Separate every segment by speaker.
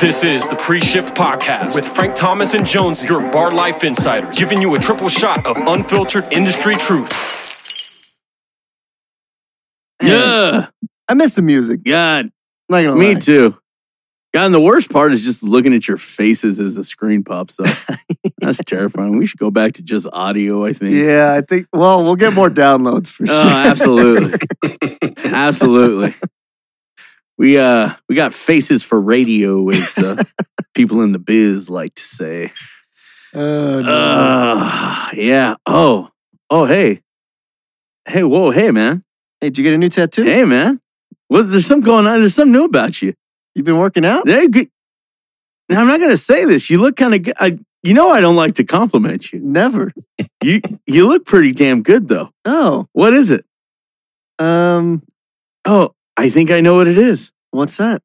Speaker 1: This is the Pre Shift Podcast with Frank Thomas and Jones, your bar life insiders, giving you a triple shot of unfiltered industry truth.
Speaker 2: Yeah.
Speaker 3: I miss the music.
Speaker 2: God,
Speaker 3: Not gonna
Speaker 2: me
Speaker 3: lie.
Speaker 2: too. God, and the worst part is just looking at your faces as the screen pops up. That's terrifying. We should go back to just audio, I think.
Speaker 3: Yeah, I think. Well, we'll get more downloads for sure.
Speaker 2: Oh, absolutely. absolutely. We uh we got faces for radio as the people in the biz like to say.
Speaker 3: Oh, no.
Speaker 2: Uh, yeah. Oh. Oh hey. Hey, whoa, hey man.
Speaker 3: hey, did you get a new tattoo?
Speaker 2: Hey man. Well, there's something going on. There's something new about you.
Speaker 3: You've been working out?
Speaker 2: Yeah, good. Now I'm not gonna say this. You look kind of. I, you know, I don't like to compliment you.
Speaker 3: Never.
Speaker 2: You you look pretty damn good though.
Speaker 3: Oh,
Speaker 2: What is it?
Speaker 3: um,
Speaker 2: Oh, I think I know what it is.
Speaker 3: what's that?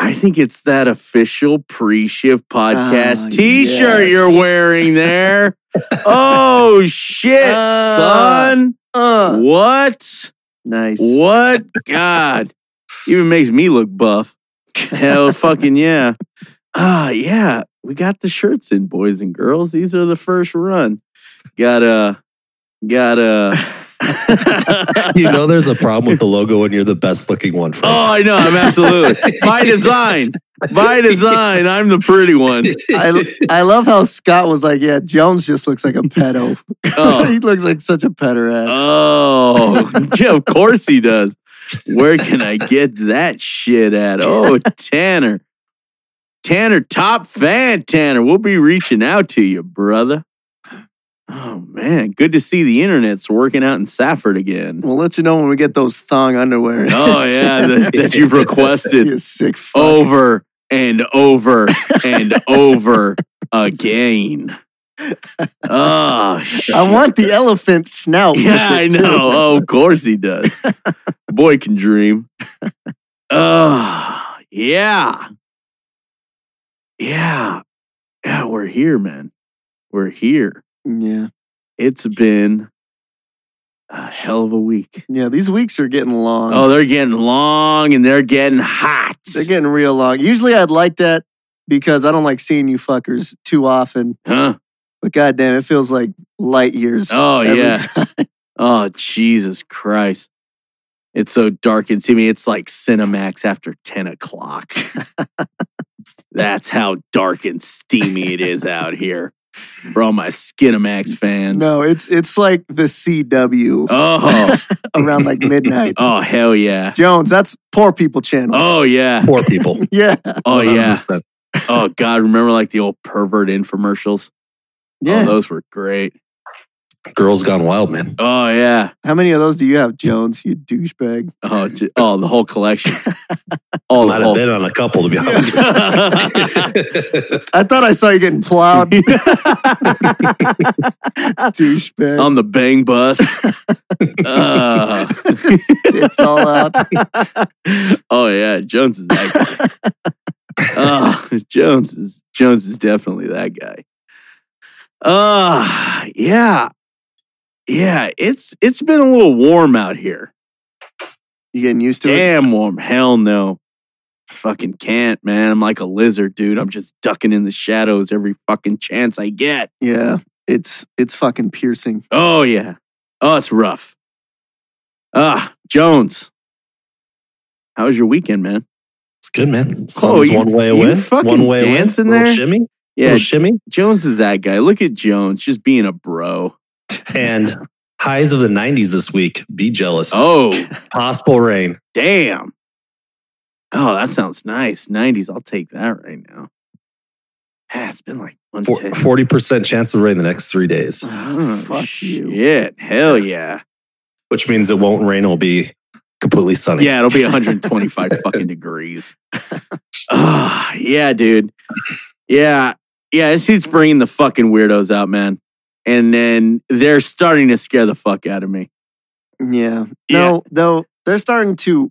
Speaker 2: I think it's that official pre-shift podcast
Speaker 3: Ah,
Speaker 2: T-shirt
Speaker 3: yes.
Speaker 2: you're wearing there. oh shit,
Speaker 3: Ah.
Speaker 2: son!
Speaker 3: Uh,
Speaker 2: What?
Speaker 3: nice.
Speaker 2: What? God, even makes me look buff. Hell, fucking yeah. Ah, yeah. We got the shirts in, boys and girls. These are the first run. Got a, got uh, a.
Speaker 4: you know there's a problem with the logo when you're the best looking one. Frank.
Speaker 2: oh, I know. I'm absolutely by design. By design, I'm the pretty one.
Speaker 3: I, I love how Scott was like, yeah, Jones just looks like a pedo.
Speaker 2: Oh, Uh.
Speaker 3: he looks like such a pedo ass.
Speaker 2: oh, yeah, of course he does. Where can I get that shit at? Oh, Tanner. Tanner, top fan, Tanner. We'll be reaching out to you, brother. Oh, man. Good to see the internet's working out in Safford again.
Speaker 3: We'll let you know when we get those thong underwear.
Speaker 2: Oh, yeah, that, that you've requested Oh.
Speaker 3: you sick fuck.
Speaker 2: over and over and over again. Oh, shit.
Speaker 3: I want the elephant snout. with
Speaker 2: Yeah,
Speaker 3: it,
Speaker 2: I
Speaker 3: too.
Speaker 2: know. Oh, of course he does. Boy can dream. Oh, yeah. Yeah. Yeah, we're here, man. We're here.
Speaker 3: Yeah.
Speaker 2: It's been a hell of a week.
Speaker 3: Yeah, these weeks are getting long.
Speaker 2: Oh, they're getting long and they're getting hot.
Speaker 3: They're getting real long. Usually I'd like that because I don't like seeing you fuckers too often.
Speaker 2: huh?
Speaker 3: But goddamn, it feels like light years.
Speaker 2: Oh,
Speaker 3: every
Speaker 2: yeah.
Speaker 3: time.
Speaker 2: Oh, Jesus Christ. It's so dark and me. It's like Cinemax after 10 o'clock. That's how dark and steamy it is out here for all my Skinamax fans.
Speaker 3: No, it's it's like the CW
Speaker 2: Oh,
Speaker 3: around like midnight.
Speaker 2: oh, hell yeah.
Speaker 3: Jones, that's poor people channels.
Speaker 2: Oh, yeah.
Speaker 4: Poor people.
Speaker 3: yeah,
Speaker 2: Oh, yeah.
Speaker 4: 100%.
Speaker 2: Oh, God. Remember like the old pervert infomercials? Oh,
Speaker 3: yeah.
Speaker 2: those were great.
Speaker 4: Girls gone wild, man.
Speaker 2: Oh, yeah.
Speaker 3: How many of those do you have, Jones? You douchebag.
Speaker 2: Oh, j- oh the whole collection. Oh, the
Speaker 4: Might have
Speaker 2: whole.
Speaker 4: been on a couple to be honest.
Speaker 3: I thought I saw you getting plowed, douchebag.
Speaker 2: on the bang bus. Ugh.
Speaker 3: it's all out.
Speaker 2: oh yeah, Jones is that guy. Ugh, Jones is Jones is definitely that guy. Uh yeah. Yeah, it's it's been a little warm out here.
Speaker 3: You getting used to it?
Speaker 2: Damn warm. Hell no. I fucking can't, man. I'm like a lizard, dude. I'm just ducking in the shadows every fucking chance I get.
Speaker 3: Yeah, it's it's fucking piercing.
Speaker 2: Oh yeah. Oh, it's rough. Ah, Jones. How was your weekend, man?
Speaker 4: It's good, man.
Speaker 2: Oh,
Speaker 4: Sun's
Speaker 2: you-
Speaker 4: one way
Speaker 2: you
Speaker 4: away.
Speaker 2: fucking
Speaker 4: one way
Speaker 2: dancing
Speaker 4: away. Little
Speaker 2: there?
Speaker 4: Shimmy.
Speaker 2: Yeah,
Speaker 4: Little shimmy.
Speaker 2: Jones is that guy. Look at Jones just being a bro.
Speaker 4: And highs of the 90s this week. Be jealous.
Speaker 2: Oh,
Speaker 4: Possible rain.
Speaker 2: damn. Oh, that sounds nice. 90s. I'll take that right now. Ah, it's been like
Speaker 4: Four-
Speaker 2: 110.
Speaker 4: 40% chance of rain the next three days,
Speaker 2: Oh,
Speaker 3: Fuck you.
Speaker 2: shit. Hell yeah.
Speaker 4: which means it won't rain. It'll be completely sunny.
Speaker 2: Yeah, it'll be 125 fucking degrees. Ah, yeah, dude. Yeah. Yeah, it's, it's bringing the fucking weirdos out, man. And then they're starting to scare the fuck out of me.
Speaker 3: Yeah. No, though they're starting to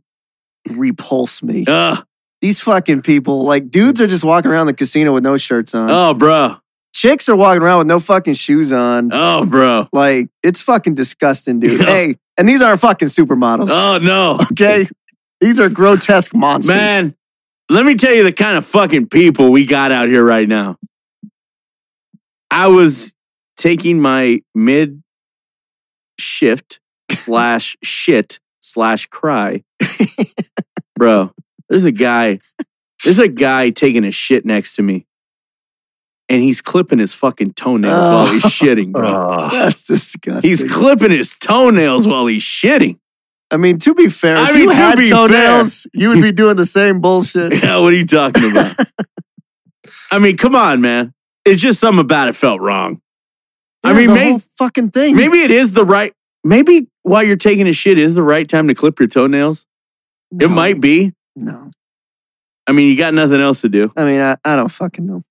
Speaker 3: repulse me.
Speaker 2: Yeah. Ugh.
Speaker 3: These fucking people, like dudes, are just walking around the casino with no shirts on.
Speaker 2: Oh, bro.
Speaker 3: Chicks are walking around with no fucking shoes on.
Speaker 2: Oh, bro.
Speaker 3: Like it's fucking disgusting, dude.
Speaker 2: Yeah.
Speaker 3: Hey, and these aren't fucking supermodels.
Speaker 2: Oh, no.
Speaker 3: Okay, these are grotesque monsters.
Speaker 2: Man, Let me tell you the kind of fucking people we got out here right now. I was taking my mid shift slash shit slash cry. Bro, there's a guy, there's a guy taking a shit next to me. And he's clipping his fucking toenails while he's shitting, bro.
Speaker 4: Ah,
Speaker 3: That's disgusting.
Speaker 2: He's clipping his toenails while he's shitting.
Speaker 3: I mean, to be fair,
Speaker 2: I
Speaker 3: if
Speaker 2: mean,
Speaker 3: you
Speaker 2: to
Speaker 3: had
Speaker 2: be
Speaker 3: toenails, you would be doing the same bullshit.
Speaker 2: Yeah, what are you talking about? I mean, come on, man. It's just something about it felt wrong. I
Speaker 3: Yeah,
Speaker 2: mean,
Speaker 3: the
Speaker 2: may-
Speaker 3: whole fucking thing.
Speaker 2: Maybe it is the right. Maybe while you're taking a shit is the right time to clip your toenails.
Speaker 3: No,
Speaker 2: It might be.
Speaker 3: No,
Speaker 2: I mean, you got nothing else to do.
Speaker 3: I mean, I, I don't fucking know.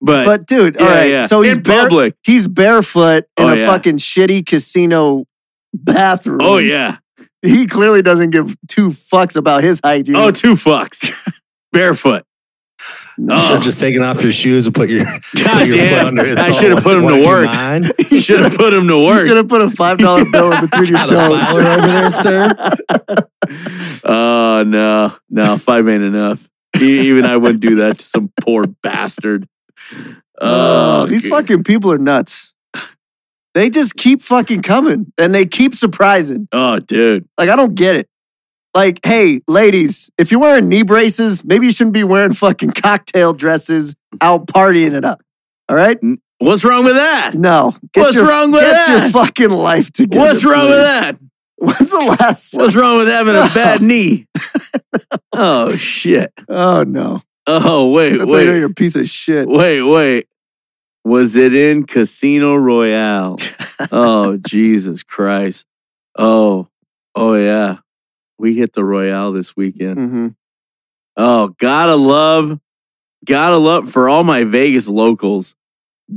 Speaker 2: But,
Speaker 3: But dude, all
Speaker 2: yeah,
Speaker 3: right.
Speaker 2: yeah.
Speaker 3: So he's
Speaker 2: in
Speaker 3: bare,
Speaker 2: public.
Speaker 3: he's barefoot in
Speaker 2: Oh,
Speaker 3: a
Speaker 2: yeah.
Speaker 3: fucking shitty casino bathroom.
Speaker 2: Oh yeah.
Speaker 3: he clearly doesn't give two fucks about his hygiene.
Speaker 2: Oh two fucks. Barefoot.
Speaker 4: you should
Speaker 2: Oh.
Speaker 4: have just taken off your shoes and put your, put your
Speaker 2: damn.
Speaker 4: foot under his
Speaker 2: I
Speaker 4: toe.
Speaker 2: should've put him to
Speaker 4: What, you
Speaker 2: work.
Speaker 4: mind?
Speaker 3: he
Speaker 2: Should
Speaker 3: should
Speaker 2: have put him to work.
Speaker 3: have put a five dollar bill in between your
Speaker 4: Got a
Speaker 3: toes.
Speaker 4: flower over there, sir.
Speaker 2: Oh no, no, five ain't enough. E- Even I wouldn't do that to some poor bastard. Oh,
Speaker 3: these
Speaker 2: dude.
Speaker 3: fucking people are nuts. They just keep fucking coming and they keep surprising.
Speaker 2: Oh, dude.
Speaker 3: Like I don't get it. Like, hey, ladies, if you're wearing knee braces, maybe you shouldn't be wearing fucking cocktail dresses out partying it up. All right?
Speaker 2: What's wrong with that?
Speaker 3: No. Get
Speaker 2: What's
Speaker 3: your,
Speaker 2: wrong with
Speaker 3: get
Speaker 2: that?
Speaker 3: your fucking life together.
Speaker 2: What's wrong with that?
Speaker 3: please. When's the last?
Speaker 2: What's wrong with having a bad knee? Oh shit.
Speaker 3: Oh no!
Speaker 2: Oh wait,
Speaker 3: That's like
Speaker 2: wait,
Speaker 3: you're a piece of shit.
Speaker 2: wait, wait. Was it in Casino Royale? oh Jesus Christ. Oh, oh yeah. We hit the Royale this weekend.
Speaker 3: Mm-hmm.
Speaker 2: Oh, gotta love, gotta love for all my Vegas locals.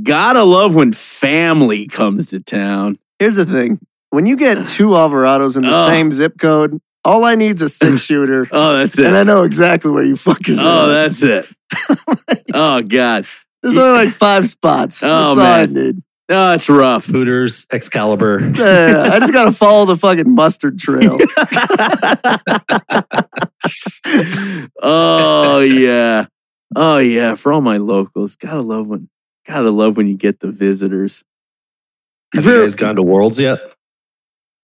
Speaker 2: Gotta love when family comes to town.
Speaker 3: Here's the thing: when you get two Alvarados in the
Speaker 2: Ugh.
Speaker 3: same zip code, all I need's a six shooter,
Speaker 2: Oh, that's
Speaker 3: and
Speaker 2: it.
Speaker 3: I know exactly where you fuckers
Speaker 2: Oh,
Speaker 3: are.
Speaker 2: that's it. Oh God.
Speaker 3: There's only like five spots.
Speaker 2: Oh,
Speaker 3: that's
Speaker 2: man.
Speaker 3: all I need.
Speaker 2: Oh, it's rough.
Speaker 4: Hooters, Excalibur.
Speaker 3: Yeah, I just gotta follow the fucking mustard trail.
Speaker 2: oh yeah. Oh yeah. For all my locals. Gotta love when gotta love when you get the visitors.
Speaker 4: Have
Speaker 2: Ver-
Speaker 4: you guys gone to Worlds yet?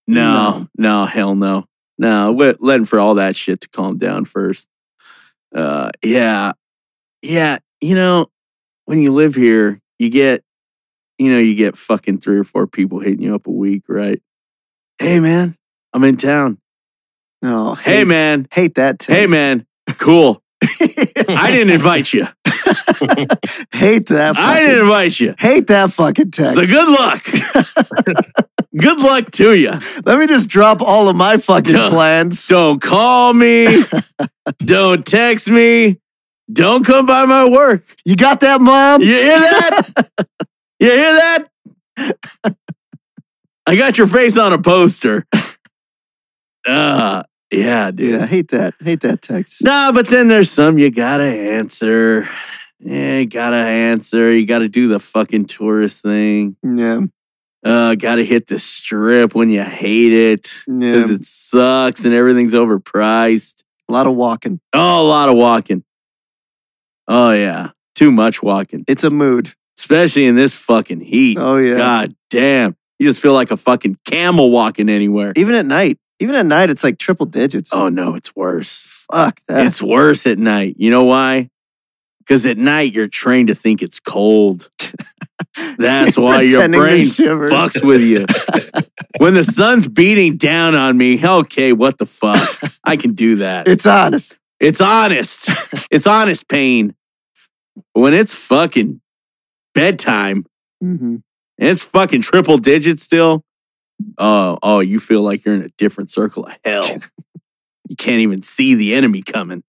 Speaker 2: No, no, hell no. No, wait, letting for all that shit to calm down first. Uh, yeah. Yeah. You know, when you live here, you get, you know, you get fucking three or four people hitting you up a week, right? Hey, man, I'm in town.
Speaker 3: No,
Speaker 2: Hey, man.
Speaker 3: hate that. Text.
Speaker 2: Hey, man. Cool. I didn't invite you.
Speaker 3: hate that. Fucking,
Speaker 2: I didn't invite you.
Speaker 3: hate that fucking text.
Speaker 2: So good luck. good luck to you.
Speaker 3: Let me just drop all of my fucking
Speaker 2: Duh.
Speaker 3: plans.
Speaker 2: Don't call me. don't text me. Don't come by my work.
Speaker 3: You got that, mom?
Speaker 2: You hear that? you hear that? I got your face on a poster. Uh, yeah, dude.
Speaker 3: Yeah, hate that. Hate that text.
Speaker 2: Nah, but then there's some you gotta answer. Yeah, you gotta answer. You gotta do the fucking tourist thing.
Speaker 3: Yeah,
Speaker 2: Uh, gotta hit the strip when you hate it
Speaker 3: yeah.
Speaker 2: because it sucks and everything's overpriced.
Speaker 3: a lot of walking.
Speaker 2: Oh, a lot of walking. Oh yeah, too much walking,
Speaker 3: It's a mood.
Speaker 2: especially in this fucking heat.
Speaker 3: Oh yeah.
Speaker 2: God damn, you just feel like a fucking camel walking anywhere.
Speaker 3: Even at night. Even at night, it's like triple digits.
Speaker 2: Oh no, it's worse.
Speaker 3: fuck that.
Speaker 2: It's worse at night. You know why? Because at night you're trained to think it's cold. That's why your
Speaker 3: Pretending to
Speaker 2: brain
Speaker 3: shiver.
Speaker 2: fucks with you. when the sun's beating down on me, hell, okay, what the fuck? I can do that.
Speaker 3: It's honest.
Speaker 2: It's honest. it's honest pain. When it's fucking bedtime
Speaker 3: Mm-hmm.
Speaker 2: and it's fucking triple digits still, oh, oh, you feel like you're in a different circle of hell. you can't even see the enemy coming.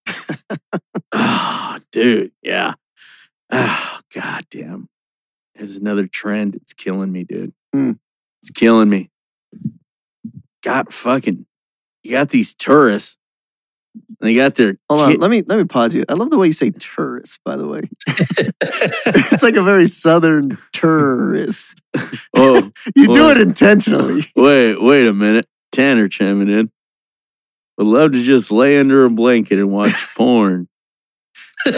Speaker 2: oh, dude, yeah. Oh, goddamn. There's another trend. It's killing me, dude.
Speaker 3: Hmm.
Speaker 2: It's killing me. Got fucking, you got these tourists. They got their
Speaker 3: Hold
Speaker 2: ki-
Speaker 3: on. Let me let me pause you. I love the way you say tourist. By the way, it's like a very southern tourist.
Speaker 2: Oh,
Speaker 3: You do
Speaker 2: Well-
Speaker 3: it intentionally.
Speaker 2: wait, wait a minute. Tanner chiming in. Would love to just lay under a blanket and watch porn. Uh,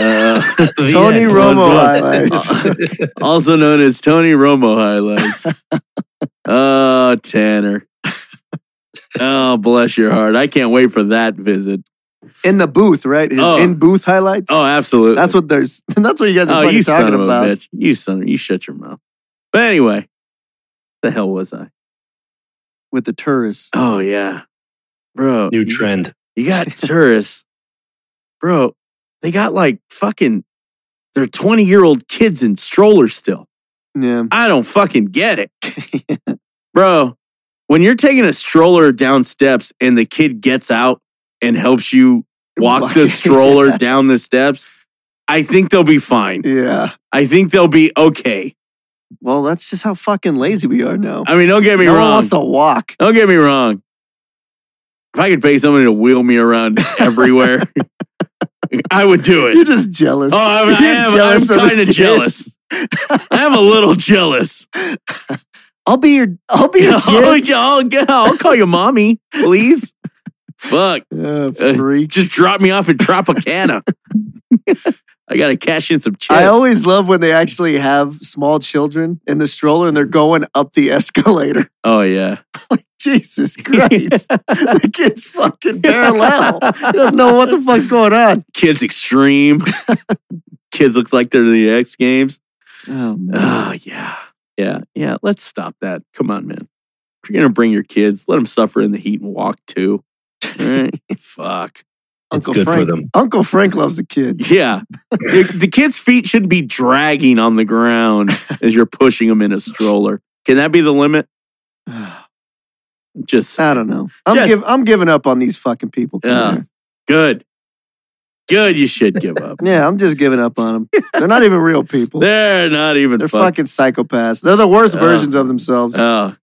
Speaker 4: The
Speaker 3: Tony
Speaker 4: end.
Speaker 3: Romo
Speaker 4: That's all.
Speaker 2: also known as Tony Romo highlights. oh, Tanner. Oh, bless your heart. I can't wait for that visit.
Speaker 3: in the booth, right? His
Speaker 2: Oh.
Speaker 3: in booth highlights.
Speaker 2: Oh, absolutely.
Speaker 3: that's what there's. That's what you guys are
Speaker 2: Oh,
Speaker 3: fucking
Speaker 2: you
Speaker 3: talking
Speaker 2: son of
Speaker 3: about.
Speaker 2: a bitch. You son of, you shut your mouth. But anyway, the hell was I?
Speaker 3: With the tourists,
Speaker 2: Oh yeah. Bro.
Speaker 4: New
Speaker 2: you-
Speaker 4: trend.
Speaker 2: You got tourists. Bro, they got like fucking they're 20 year old kids in strollers still.
Speaker 3: yeah.
Speaker 2: I don't fucking get it. Bro, when you're taking a stroller down steps and the kid gets out and helps you walk the
Speaker 3: Walk-
Speaker 2: stroller
Speaker 3: Yeah.
Speaker 2: down the steps, I think they'll be fine.
Speaker 3: Yeah.
Speaker 2: I think they'll be okay.
Speaker 3: Well, that's just how fucking lazy we are now.
Speaker 2: I mean, don't get me
Speaker 3: no one
Speaker 2: wrong.
Speaker 3: wants to walk.
Speaker 2: Don't get me wrong. If I could pay somebody to wheel me around everywhere, I would do
Speaker 3: You're
Speaker 2: it.
Speaker 3: just jealous.
Speaker 2: Oh, I'm, I
Speaker 3: You're
Speaker 2: am-
Speaker 3: jealous
Speaker 2: I'm
Speaker 3: the
Speaker 2: kind of
Speaker 3: kids.
Speaker 2: jealous. I'm a little jealous.
Speaker 3: I'll be your. I'll be your
Speaker 2: I'll,
Speaker 3: kid.
Speaker 2: I'll call you mommy, please. Fuck.
Speaker 3: Uh,
Speaker 2: Uh,
Speaker 3: freak.
Speaker 2: Just drop me off at Tropicana. I got to cash in some chips.
Speaker 3: I always love when they actually have small children in the stroller and they're going up the escalator.
Speaker 2: oh, yeah.
Speaker 3: Jesus Christ. the kid's fucking parallel. You don't know what the fuck's going on.
Speaker 2: Kids extreme. Kids looks like they're in the X Games.
Speaker 3: Oh, man.
Speaker 2: Oh, yeah. Yeah. Yeah. Let's stop that. Come on, man. If you're going to bring your kids, let them suffer in the heat and walk too. All right? Fuck.
Speaker 4: It's
Speaker 3: Uncle
Speaker 4: good for
Speaker 3: Frank.
Speaker 4: them.
Speaker 3: Uncle Frank loves the kids.
Speaker 2: Yeah. the, the kids' feet shouldn't be dragging on the ground as you're pushing them in a stroller. Can that be the limit? Just
Speaker 3: I don't know. I'm,
Speaker 2: Just-
Speaker 3: give, I'm giving up on these fucking people. Come
Speaker 2: Yeah.
Speaker 3: here.
Speaker 2: good. Good. You should give up.
Speaker 3: yeah, I'm just giving up on them. They're not even real people. They're,
Speaker 2: They're not even fucking.
Speaker 3: fucking psychopaths. They're the worst
Speaker 2: Uh,
Speaker 3: versions of themselves.
Speaker 2: Oh.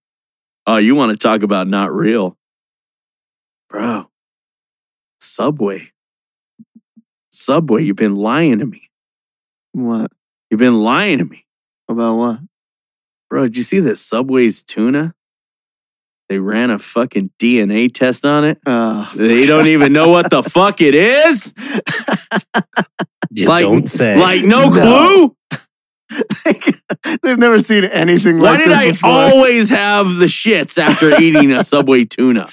Speaker 2: oh, you want to talk about not real? Bro, Subway. Subway, you've been lying to me.
Speaker 3: what?
Speaker 2: You've been lying to me.
Speaker 3: About what?
Speaker 2: Bro, did you see that Subway's tuna? They ran a fucking DNA test on it.
Speaker 3: Oh,
Speaker 2: They don't even know what the fuck it is.
Speaker 4: You
Speaker 2: Like-
Speaker 4: don't say.
Speaker 2: Like, no,
Speaker 3: No.
Speaker 2: clue.
Speaker 3: They've never seen anything
Speaker 2: Why
Speaker 3: like
Speaker 2: did
Speaker 3: this
Speaker 2: I
Speaker 3: before.
Speaker 2: always have the shits after eating a Subway tuna?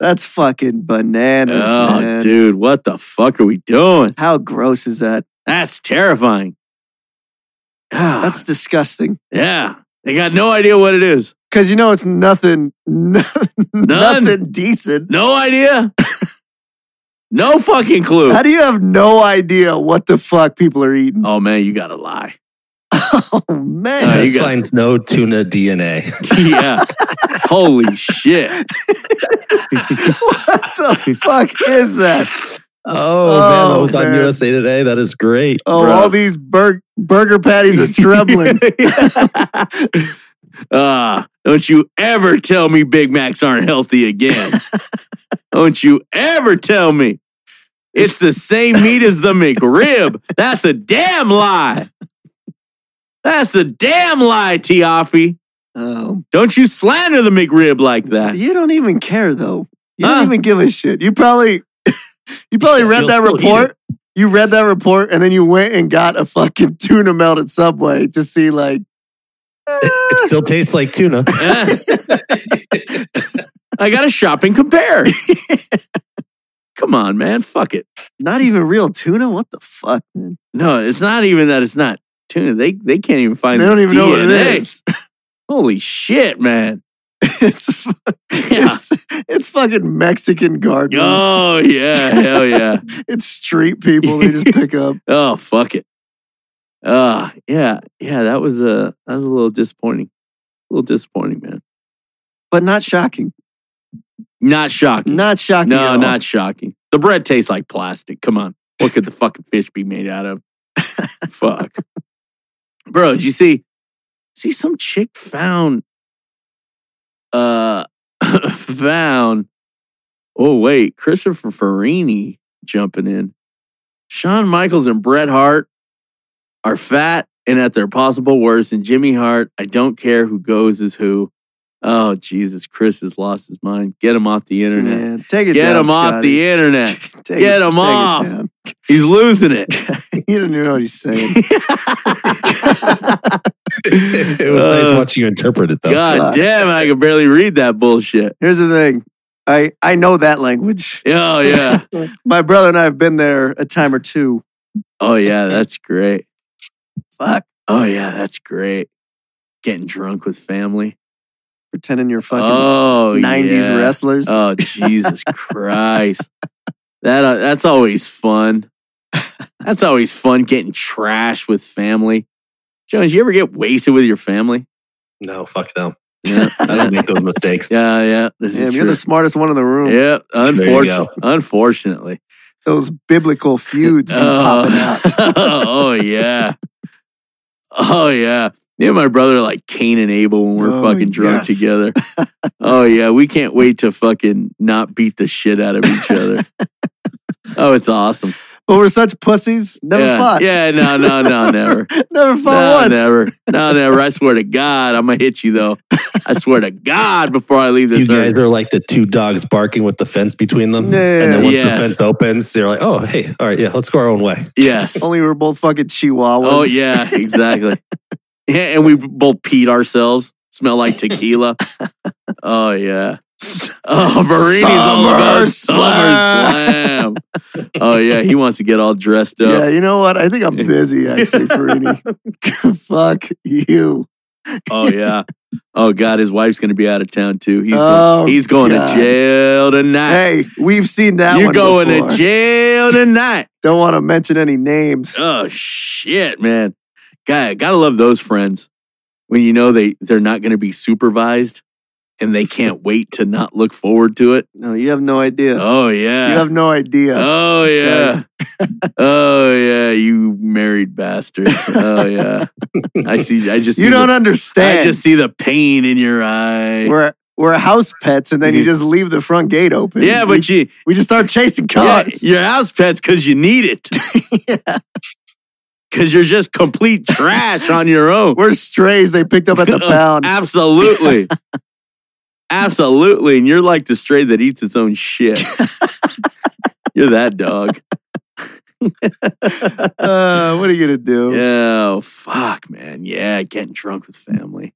Speaker 3: That's fucking bananas,
Speaker 2: oh,
Speaker 3: man.
Speaker 2: dude, what the fuck are we doing?
Speaker 3: How gross is that?
Speaker 2: That's terrifying. Ah,
Speaker 3: That's disgusting.
Speaker 2: yeah. They got no idea what it is.
Speaker 3: Because you know it's nothing, nothing decent.
Speaker 2: No idea. no fucking clue.
Speaker 3: How do you have no idea what the fuck people are eating?
Speaker 2: Oh man, you gotta lie.
Speaker 3: Oh,
Speaker 2: Uh,
Speaker 3: man,
Speaker 2: you
Speaker 4: Test
Speaker 2: got-
Speaker 4: finds no tuna DNA.
Speaker 2: yeah. Holy shit.
Speaker 3: what the fuck is that?
Speaker 4: Oh, man, that
Speaker 3: Oh,
Speaker 4: was on
Speaker 3: man.
Speaker 4: USA Today. That is great.
Speaker 3: Oh,
Speaker 2: Bruh.
Speaker 3: all these bur- burger patties are trembling.
Speaker 2: Ah, don't you ever tell me Big Macs aren't healthy again. don't you ever tell me. It's the same meat as the McRib. That's a damn lie. That's a damn lie, Tiafi.
Speaker 3: Um,
Speaker 2: Don't you slander the McRib like that.
Speaker 3: you don't even care though. You
Speaker 2: Huh?
Speaker 3: don't even give a shit. You probably, you probably
Speaker 4: Yeah,
Speaker 3: read
Speaker 4: you'll
Speaker 3: that
Speaker 4: still eat
Speaker 3: report. You read that report, and then you went and got a fucking tuna melt at Subway to see like. eh,
Speaker 4: It still tastes like tuna.
Speaker 2: Eh. I got to shop and compare. Come on, man. Fuck it.
Speaker 3: Not even real tuna. What the fuck? Man?
Speaker 2: No, it's not even that it's not tuna. They they can't even
Speaker 3: They
Speaker 2: find
Speaker 3: don't
Speaker 2: the
Speaker 3: even know what it
Speaker 2: DNA.
Speaker 3: is.
Speaker 2: Holy shit, man.
Speaker 3: it's,
Speaker 2: Yeah.
Speaker 3: it's it's fucking Mexican gardeners.
Speaker 2: Oh yeah, hell yeah.
Speaker 3: It's street people. They just pick up.
Speaker 2: Oh fuck it. Uh yeah, yeah, that was uh that was a little disappointing. A little disappointing, man.
Speaker 3: But not shocking.
Speaker 2: Not shocking.
Speaker 3: Not shocking. at
Speaker 2: no,
Speaker 3: all.
Speaker 2: not shocking. The bread tastes like plastic. Come on. What could the fucking fish be made out of? Fuck. Bro, did you see see some chick found uh found oh wait, Christopher Farini jumping in. Shawn Michaels and Bret Hart are fat and at their possible worst, and Jimmy Hart, I don't care who goes is who. Oh, Jesus. Chris has lost his mind. Get him off the internet.
Speaker 3: Yeah, take it
Speaker 2: Get
Speaker 3: down,
Speaker 2: him off
Speaker 3: Scotty.
Speaker 2: the internet.
Speaker 3: Take
Speaker 2: Get him
Speaker 3: take
Speaker 2: off.
Speaker 3: down.
Speaker 2: He's losing it.
Speaker 3: you don't even know what he's saying.
Speaker 4: it was
Speaker 2: Uh,
Speaker 4: nice watching you interpret it though.
Speaker 2: God
Speaker 3: fuck.
Speaker 2: damn, I can barely read that bullshit.
Speaker 3: Here's the thing. I, I know that language.
Speaker 2: Oh, yeah.
Speaker 3: My brother and I have been there a time or two.
Speaker 2: Oh, yeah. That's great.
Speaker 3: Fuck.
Speaker 2: Oh, yeah. That's great. Getting drunk with family.
Speaker 3: Pretending you're fucking
Speaker 2: Oh,
Speaker 3: 90s
Speaker 2: yeah.
Speaker 3: wrestlers.
Speaker 2: Oh, Jesus Christ. That uh, that's always fun. That's always fun getting trash with family. Jones, you ever get wasted with your family?
Speaker 4: No, fuck them.
Speaker 2: Yeah,
Speaker 4: I don't make those mistakes.
Speaker 2: yeah, yeah. This
Speaker 3: Damn,
Speaker 2: is
Speaker 3: you're
Speaker 2: true.
Speaker 3: the smartest one in the room.
Speaker 2: yeah,
Speaker 4: There you go.
Speaker 2: unfortunately, unfortunately.
Speaker 3: Those biblical feuds been popping
Speaker 2: Oh,
Speaker 3: out.
Speaker 2: oh yeah, oh yeah. Me and my brother are like Cain and Abel when we're
Speaker 3: Oh,
Speaker 2: fucking drunk
Speaker 3: yes.
Speaker 2: together. oh yeah, we can't wait to fucking not beat the shit out of each other. oh, it's awesome.
Speaker 3: But we're such pussies. Never
Speaker 2: yeah.
Speaker 3: fought.
Speaker 2: Yeah, no, no, no, never.
Speaker 3: Never fought
Speaker 2: no,
Speaker 3: once.
Speaker 2: never. No, never. I swear to God, I'm gonna hit you though. I swear to God, before I leave
Speaker 4: You
Speaker 2: this
Speaker 4: guys
Speaker 2: earth.
Speaker 4: are like the two dogs barking with the fence between them.
Speaker 3: Yeah, yeah,
Speaker 4: and then
Speaker 3: yeah.
Speaker 4: once
Speaker 2: Yes.
Speaker 4: the fence opens, they're like, oh, hey, all right, yeah, let's go our own way.
Speaker 2: Yes.
Speaker 3: Only we were both fucking chihuahuas.
Speaker 2: Oh yeah, exactly. yeah, and we both peed ourselves. Smell like tequila. oh yeah. Oh, Barini's all about Summer
Speaker 3: SummerSlam.
Speaker 2: Slam. oh yeah, he wants to get all dressed up.
Speaker 3: Yeah, you know what? I think I'm busy actually, Farini. Fuck you.
Speaker 2: Oh yeah. Oh god, his wife's gonna be out of town too. He's
Speaker 3: Oh,
Speaker 2: going, he's going to
Speaker 3: God.
Speaker 2: jail tonight.
Speaker 3: Hey, we've seen that
Speaker 2: You're
Speaker 3: one.
Speaker 2: going
Speaker 3: before.
Speaker 2: to jail tonight.
Speaker 3: Don't want to mention any names.
Speaker 2: oh shit, man. Guy, gotta love those friends. When you know they they're not gonna be supervised and they can't wait to not look forward to it.
Speaker 3: No, you have no idea.
Speaker 2: Oh
Speaker 3: You
Speaker 2: yeah.
Speaker 3: have no idea.
Speaker 2: Oh yeah. oh yeah, you married bastard. Oh yeah. I see I just see
Speaker 3: you don't
Speaker 2: the,
Speaker 3: understand.
Speaker 2: I just see the pain in your eye.
Speaker 3: we're we're house pets, and then you just leave the front gate open.
Speaker 2: Mm-hmm. yeah,
Speaker 3: we,
Speaker 2: but you
Speaker 3: we just start chasing
Speaker 2: Yeah,
Speaker 3: cars.
Speaker 2: your house pets because you need it. Because you're just complete trash on your own.
Speaker 3: We're strays they picked up at
Speaker 2: Oh,
Speaker 3: the pound.
Speaker 2: ah. Absolutely. Absolutely. And you're like the stray that eats its own shit. you're that dog.
Speaker 3: Uh, what are you gonna do?
Speaker 2: Yeah, oh, fuck, man. Yeah, getting drunk with family.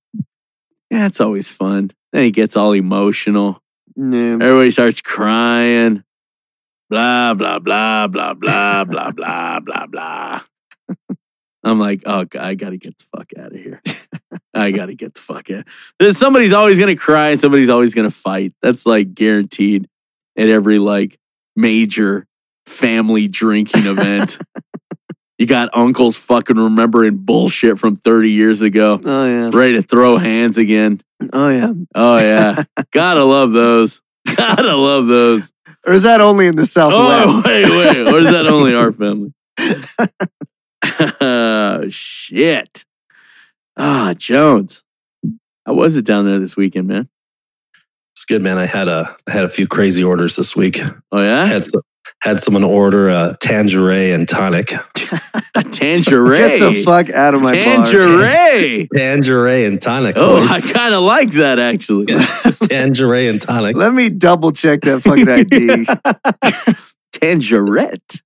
Speaker 2: Yeah, it's always fun. Then he gets all emotional.
Speaker 3: Yeah.
Speaker 2: Everybody starts crying. Blah, blah, blah, blah, blah, blah, blah, blah, blah. I'm like, oh, God, I got to get the fuck out of here. I got to get the fuck out. There's- Somebody's always going to cry and somebody's always going to fight. That's like guaranteed at every like major family drinking event. you got uncles fucking remembering bullshit from 30 years ago,
Speaker 3: Oh yeah.
Speaker 2: ready to throw hands again.
Speaker 3: Oh yeah.
Speaker 2: Oh yeah, gotta love those. Gotta love those.
Speaker 3: Or is that only in the
Speaker 2: Oh
Speaker 3: Southwest?
Speaker 2: wait, wait, or is that only our family? oh shit. Ah, Jones. How was it down there this weekend, man?
Speaker 4: It's good, man. I had a I had a few crazy orders this week.
Speaker 2: Oh
Speaker 4: I
Speaker 2: yeah,
Speaker 4: had some, had someone order a Tangeray and tonic.
Speaker 2: a tangeray.
Speaker 3: Get the fuck out of my bar.
Speaker 2: tangeray.
Speaker 4: Tangeray and tonic.
Speaker 2: Oh,
Speaker 4: boys.
Speaker 2: I kind of like that actually.
Speaker 4: Yeah. Tangeray and tonic.
Speaker 3: Let me double check that fucking ID.
Speaker 2: Tangerette.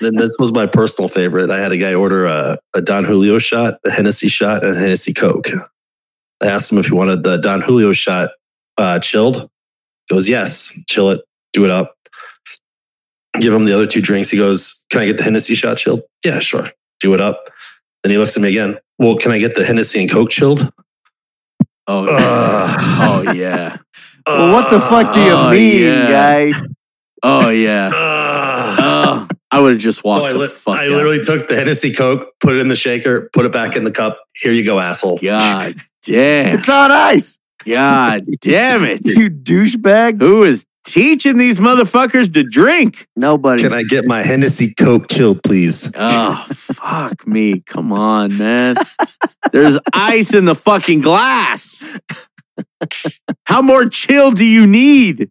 Speaker 4: then this was my personal favorite. I had a guy order a, a Don Julio shot, a Hennessy shot, and a Hennessy Coke. I asked him if he wanted the Don Julio shot uh, chilled. Goes, yes, chill it, do it up. Give him the other two drinks. He goes, Can I get the Hennessy shot chilled? Yeah, sure. Do it up. Then he looks at me again. Well, can I get the Hennessy and Coke chilled?
Speaker 2: Oh,
Speaker 4: Ugh.
Speaker 2: oh yeah.
Speaker 3: well, what the fuck do you
Speaker 2: Oh,
Speaker 3: mean,
Speaker 2: yeah.
Speaker 3: guy?
Speaker 2: Oh yeah. Oh, I would have just walked
Speaker 4: So I,
Speaker 2: the
Speaker 4: li-
Speaker 2: fuck
Speaker 4: I
Speaker 2: out.
Speaker 4: literally took the Hennessy Coke, put it in the shaker, put it back in the cup. Here you go, asshole.
Speaker 2: God damn.
Speaker 3: It's on ice,
Speaker 2: God damn it.
Speaker 3: you douchebag.
Speaker 2: Who is teaching these motherfuckers to drink?
Speaker 3: Nobody.
Speaker 4: Can I get my Hennessy Coke chilled, please?
Speaker 2: Oh, fuck me. Come on, man. There's ice in the fucking glass. How more chill do you need?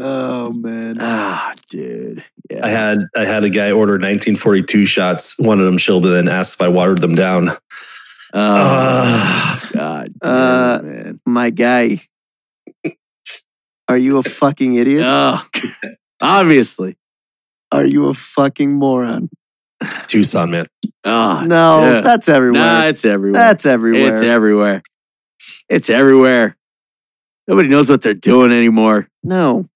Speaker 3: oh man.
Speaker 2: Ah, dude. Yeah.
Speaker 4: I had I had a guy order 1942 shots, wanted them chilled, and then asked if I watered them down.
Speaker 2: oh,
Speaker 4: Ah.
Speaker 2: God damn,
Speaker 3: Uh,
Speaker 2: man.
Speaker 3: my guy. Are you a fucking idiot?
Speaker 2: Oh, obviously.
Speaker 3: Are you a fucking moron?
Speaker 4: Ah, Tucson, man.
Speaker 2: Oh,
Speaker 3: No,
Speaker 2: yeah.
Speaker 3: that's everywhere.
Speaker 2: nah, it's everywhere.
Speaker 3: that's everywhere.
Speaker 2: It's everywhere. It's everywhere. Nobody knows what they're doing anymore.
Speaker 3: no.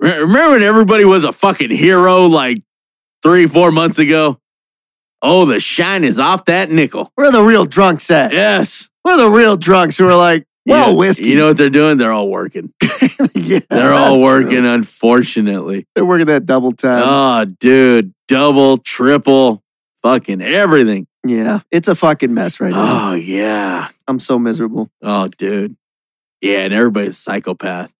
Speaker 2: Re- Remember when everybody was a fucking hero like three, four months ago? Oh, the shine is off that nickel.
Speaker 3: Where are the real drunks at?
Speaker 2: Yes.
Speaker 3: Where are the real drunks who are like, well,
Speaker 2: You-
Speaker 3: whiskey.
Speaker 2: You know what they're doing? They're all working.
Speaker 3: Yeah,
Speaker 2: They're all
Speaker 3: that's
Speaker 2: working,
Speaker 3: true. Um,
Speaker 2: unfortunately.
Speaker 3: They're working that double time.
Speaker 2: oh, dude. Double, triple, fucking everything.
Speaker 3: yeah. It's a fucking mess right now.
Speaker 2: Oh, yeah.
Speaker 3: I'm so miserable.
Speaker 2: Oh, dude. Yeah, and everybody's a psychopath.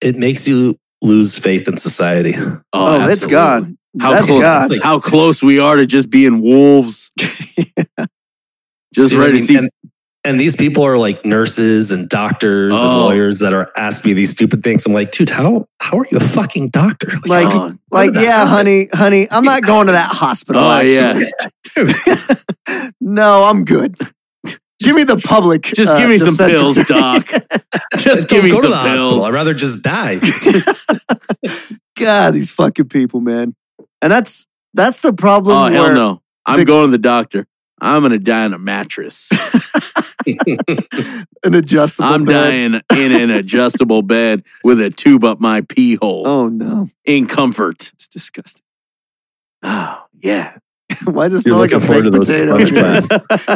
Speaker 4: It makes you lose faith in society.
Speaker 3: Oh, it's
Speaker 2: absolutely.
Speaker 3: gone.
Speaker 2: How
Speaker 3: That's
Speaker 2: close-
Speaker 3: gone.
Speaker 4: Like,
Speaker 2: How close we are to just being wolves. Just
Speaker 4: dude, I
Speaker 2: ready
Speaker 4: mean,
Speaker 2: to see.
Speaker 4: And, and these people are like nurses and doctors and
Speaker 2: Oh.
Speaker 4: lawyers that are asking me these stupid things. I'm like, dude, how how are you a fucking doctor?
Speaker 3: Like,
Speaker 4: how-
Speaker 2: oh,
Speaker 3: Like,
Speaker 4: What about
Speaker 3: yeah,
Speaker 4: that?
Speaker 3: honey, honey, I'm not going to that hospital.
Speaker 2: oh, yeah.
Speaker 3: actually.
Speaker 4: dude,
Speaker 3: No, I'm good. give me the public.
Speaker 2: Just
Speaker 3: uh,
Speaker 2: give me some
Speaker 3: defense
Speaker 2: pills,
Speaker 3: attorney.
Speaker 2: Doc. Just
Speaker 4: don't
Speaker 2: give me
Speaker 4: go to
Speaker 2: some
Speaker 4: the hospital.
Speaker 2: pills.
Speaker 4: I'd rather just die.
Speaker 3: God, these fucking people, man. And that's that's the problem.
Speaker 2: Oh, hell
Speaker 3: where-
Speaker 2: no. I'm
Speaker 3: the-
Speaker 2: going to the doctor. I'm going to die in a mattress.
Speaker 3: An adjustable.
Speaker 2: I'm
Speaker 3: bed.
Speaker 2: dying in an adjustable bed with a tube up my pee hole
Speaker 3: Oh no,
Speaker 2: in comfort.
Speaker 3: it's disgusting.
Speaker 2: Oh, yeah.
Speaker 3: Why does it
Speaker 4: You're
Speaker 3: smell like a
Speaker 4: looking forward
Speaker 3: baked
Speaker 4: to those
Speaker 3: potato?
Speaker 4: sponge
Speaker 3: It's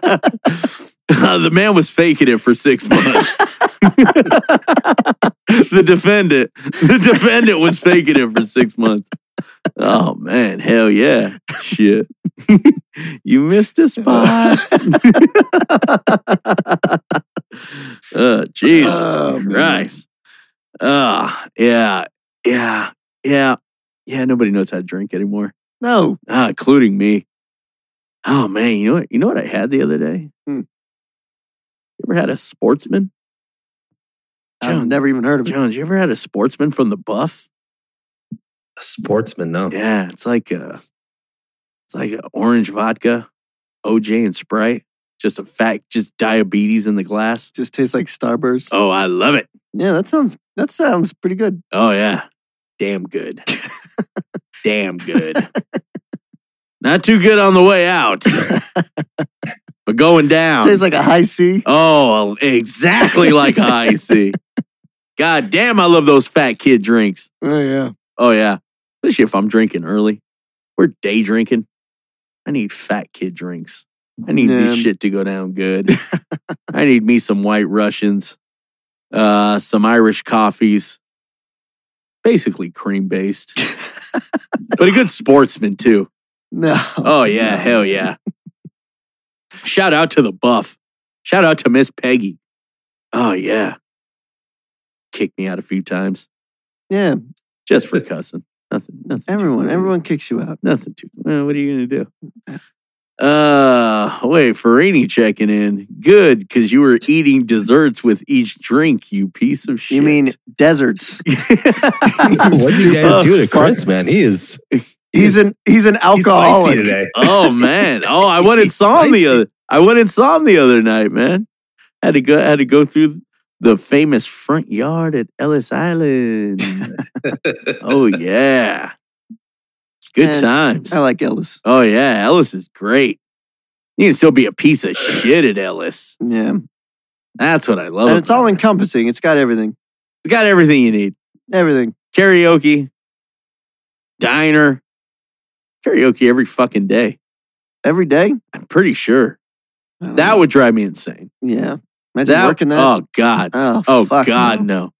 Speaker 4: baths.
Speaker 2: the man was faking it for six months. the defendant, the defendant was faking it for six months. Oh man, hell yeah, shit! you missed a spot. uh, Jesus
Speaker 3: Oh, man.
Speaker 2: Christ! Ah, yeah, yeah, yeah, yeah. Nobody knows how to drink anymore
Speaker 3: No,
Speaker 2: ah, including me. Oh man, you know what? You know what I had the other day?
Speaker 3: Hmm.
Speaker 2: You ever had a sportsman,
Speaker 3: I've
Speaker 2: John.
Speaker 3: never even heard of it.
Speaker 2: Jones? You ever had a sportsman from the Buff?
Speaker 4: Sportsman, no.
Speaker 2: Yeah, it's like a, it's like a orange vodka, OJ and Sprite. Just a fact, just diabetes in the glass.
Speaker 3: Just tastes like Starburst.
Speaker 2: Oh, I love it.
Speaker 3: Yeah, that sounds that sounds pretty good.
Speaker 2: Oh yeah, damn good, damn good. Not too good on the way out, but going down.
Speaker 3: Tastes like a high C.
Speaker 2: Oh, exactly like high C. God damn, I love those fat kid drinks.
Speaker 3: Oh yeah.
Speaker 2: Oh yeah, especially if I'm drinking early. We're day drinking. I need fat kid drinks. I need
Speaker 3: Man.
Speaker 2: this shit to go down good. I need me some White Russians, uh, some Irish coffees, basically cream based, but a good sportsman too.
Speaker 3: No.
Speaker 2: Oh yeah, hell yeah. Shout out to the buff. Shout out to Miss Peggy. Oh yeah. Kicked me out a few times
Speaker 3: Yeah.
Speaker 2: just for cussing. Nothing, nothing. too
Speaker 3: Uh, Everyone,
Speaker 2: crazy.
Speaker 3: everyone kicks you out.
Speaker 2: Nothing too. Well, what are you gonna do? Uh, wait, Ferrini checking in. Good, because you were eating desserts with each drink. You piece of shit.
Speaker 3: You mean deserts?
Speaker 4: What do you guys
Speaker 2: Oh,
Speaker 4: do to
Speaker 3: fuck.
Speaker 4: Chris, man? He is
Speaker 3: He's an he's an
Speaker 4: he's spicy
Speaker 3: alcoholic.
Speaker 4: today.
Speaker 2: Oh man! Oh, I went and saw him the other. I went and saw him the other night, man. Had to go. Had to go through the famous front yard at Ellis Island. oh yeah, good
Speaker 3: Man,
Speaker 2: times.
Speaker 3: I like Ellis.
Speaker 2: oh yeah, Ellis is great. You can still be a piece of shit at Ellis.
Speaker 3: Yeah, and
Speaker 2: That's what I love.
Speaker 3: it's all
Speaker 2: about it.
Speaker 3: encompassing. It's got everything.
Speaker 2: You got everything you need:
Speaker 3: Everything.
Speaker 2: karaoke, diner, karaoke every fucking day.
Speaker 3: Every day.
Speaker 2: I'm pretty sure
Speaker 3: I don't
Speaker 2: that
Speaker 3: know.
Speaker 2: would drive me insane.
Speaker 3: Yeah. Imagine
Speaker 2: That-
Speaker 3: working that.
Speaker 2: Oh God.
Speaker 3: oh,
Speaker 2: Oh
Speaker 3: fuck
Speaker 2: God,
Speaker 3: no.
Speaker 2: no.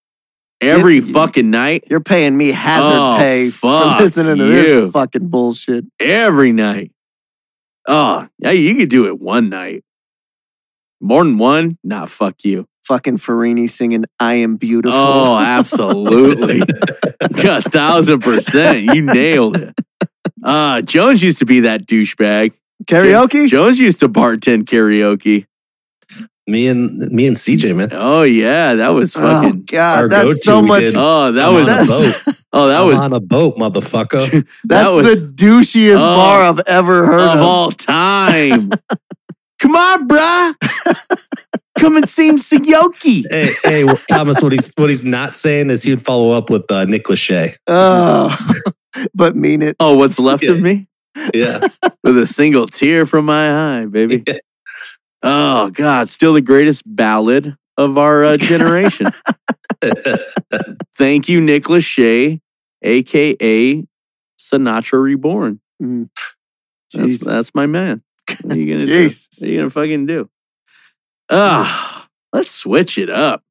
Speaker 2: Every
Speaker 3: Get-
Speaker 2: fucking night,
Speaker 3: You're paying me hazard
Speaker 2: Oh,
Speaker 3: pay
Speaker 2: fuck
Speaker 3: for listening to
Speaker 2: you.
Speaker 3: this fucking bullshit.
Speaker 2: every night. Oh, yeah, you could do it one night. More than one? Nah, fuck you.
Speaker 3: Fucking Farini singing "I am beautiful."
Speaker 2: Oh, absolutely. A thousand percent. You nailed it. Uh, Jones used to be that douchebag.
Speaker 3: karaoke.
Speaker 2: Jones used to bartend karaoke.
Speaker 4: Me and me and CJ, man.
Speaker 2: Oh yeah, that was
Speaker 3: oh
Speaker 2: fucking.
Speaker 3: God,
Speaker 4: Our go-to
Speaker 3: that's so
Speaker 4: we
Speaker 3: much.
Speaker 4: did.
Speaker 2: Oh, that
Speaker 4: I'm
Speaker 2: was.
Speaker 4: on a
Speaker 3: that's-
Speaker 4: boat.
Speaker 2: Oh, that
Speaker 4: I'm
Speaker 2: was
Speaker 4: on a boat, motherfucker.
Speaker 3: That's
Speaker 2: that was-
Speaker 3: the douchiest
Speaker 2: Oh.
Speaker 3: bar I've ever heard
Speaker 2: of
Speaker 3: of.
Speaker 2: all time. Come on, bruh. come and see him Suyoki?
Speaker 4: Hey, hey, Thomas, what he's what he's not saying is he would follow up with uh, Nick Lachey.
Speaker 3: Oh, but mean it.
Speaker 2: Oh, what's left of
Speaker 4: Yeah.
Speaker 2: me?
Speaker 4: Yeah,
Speaker 2: With a single tear from my eye, baby.
Speaker 4: Yeah.
Speaker 2: Oh God, still the greatest ballad of our uh, generation. Thank you, Nick Lachey, aka Sinatra Reborn.
Speaker 3: Mm.
Speaker 2: That's
Speaker 3: Jesus.
Speaker 2: that's my man. What are you gonna do?
Speaker 3: Jesus.
Speaker 2: What are you gonna fucking do? Ah, let's switch it up,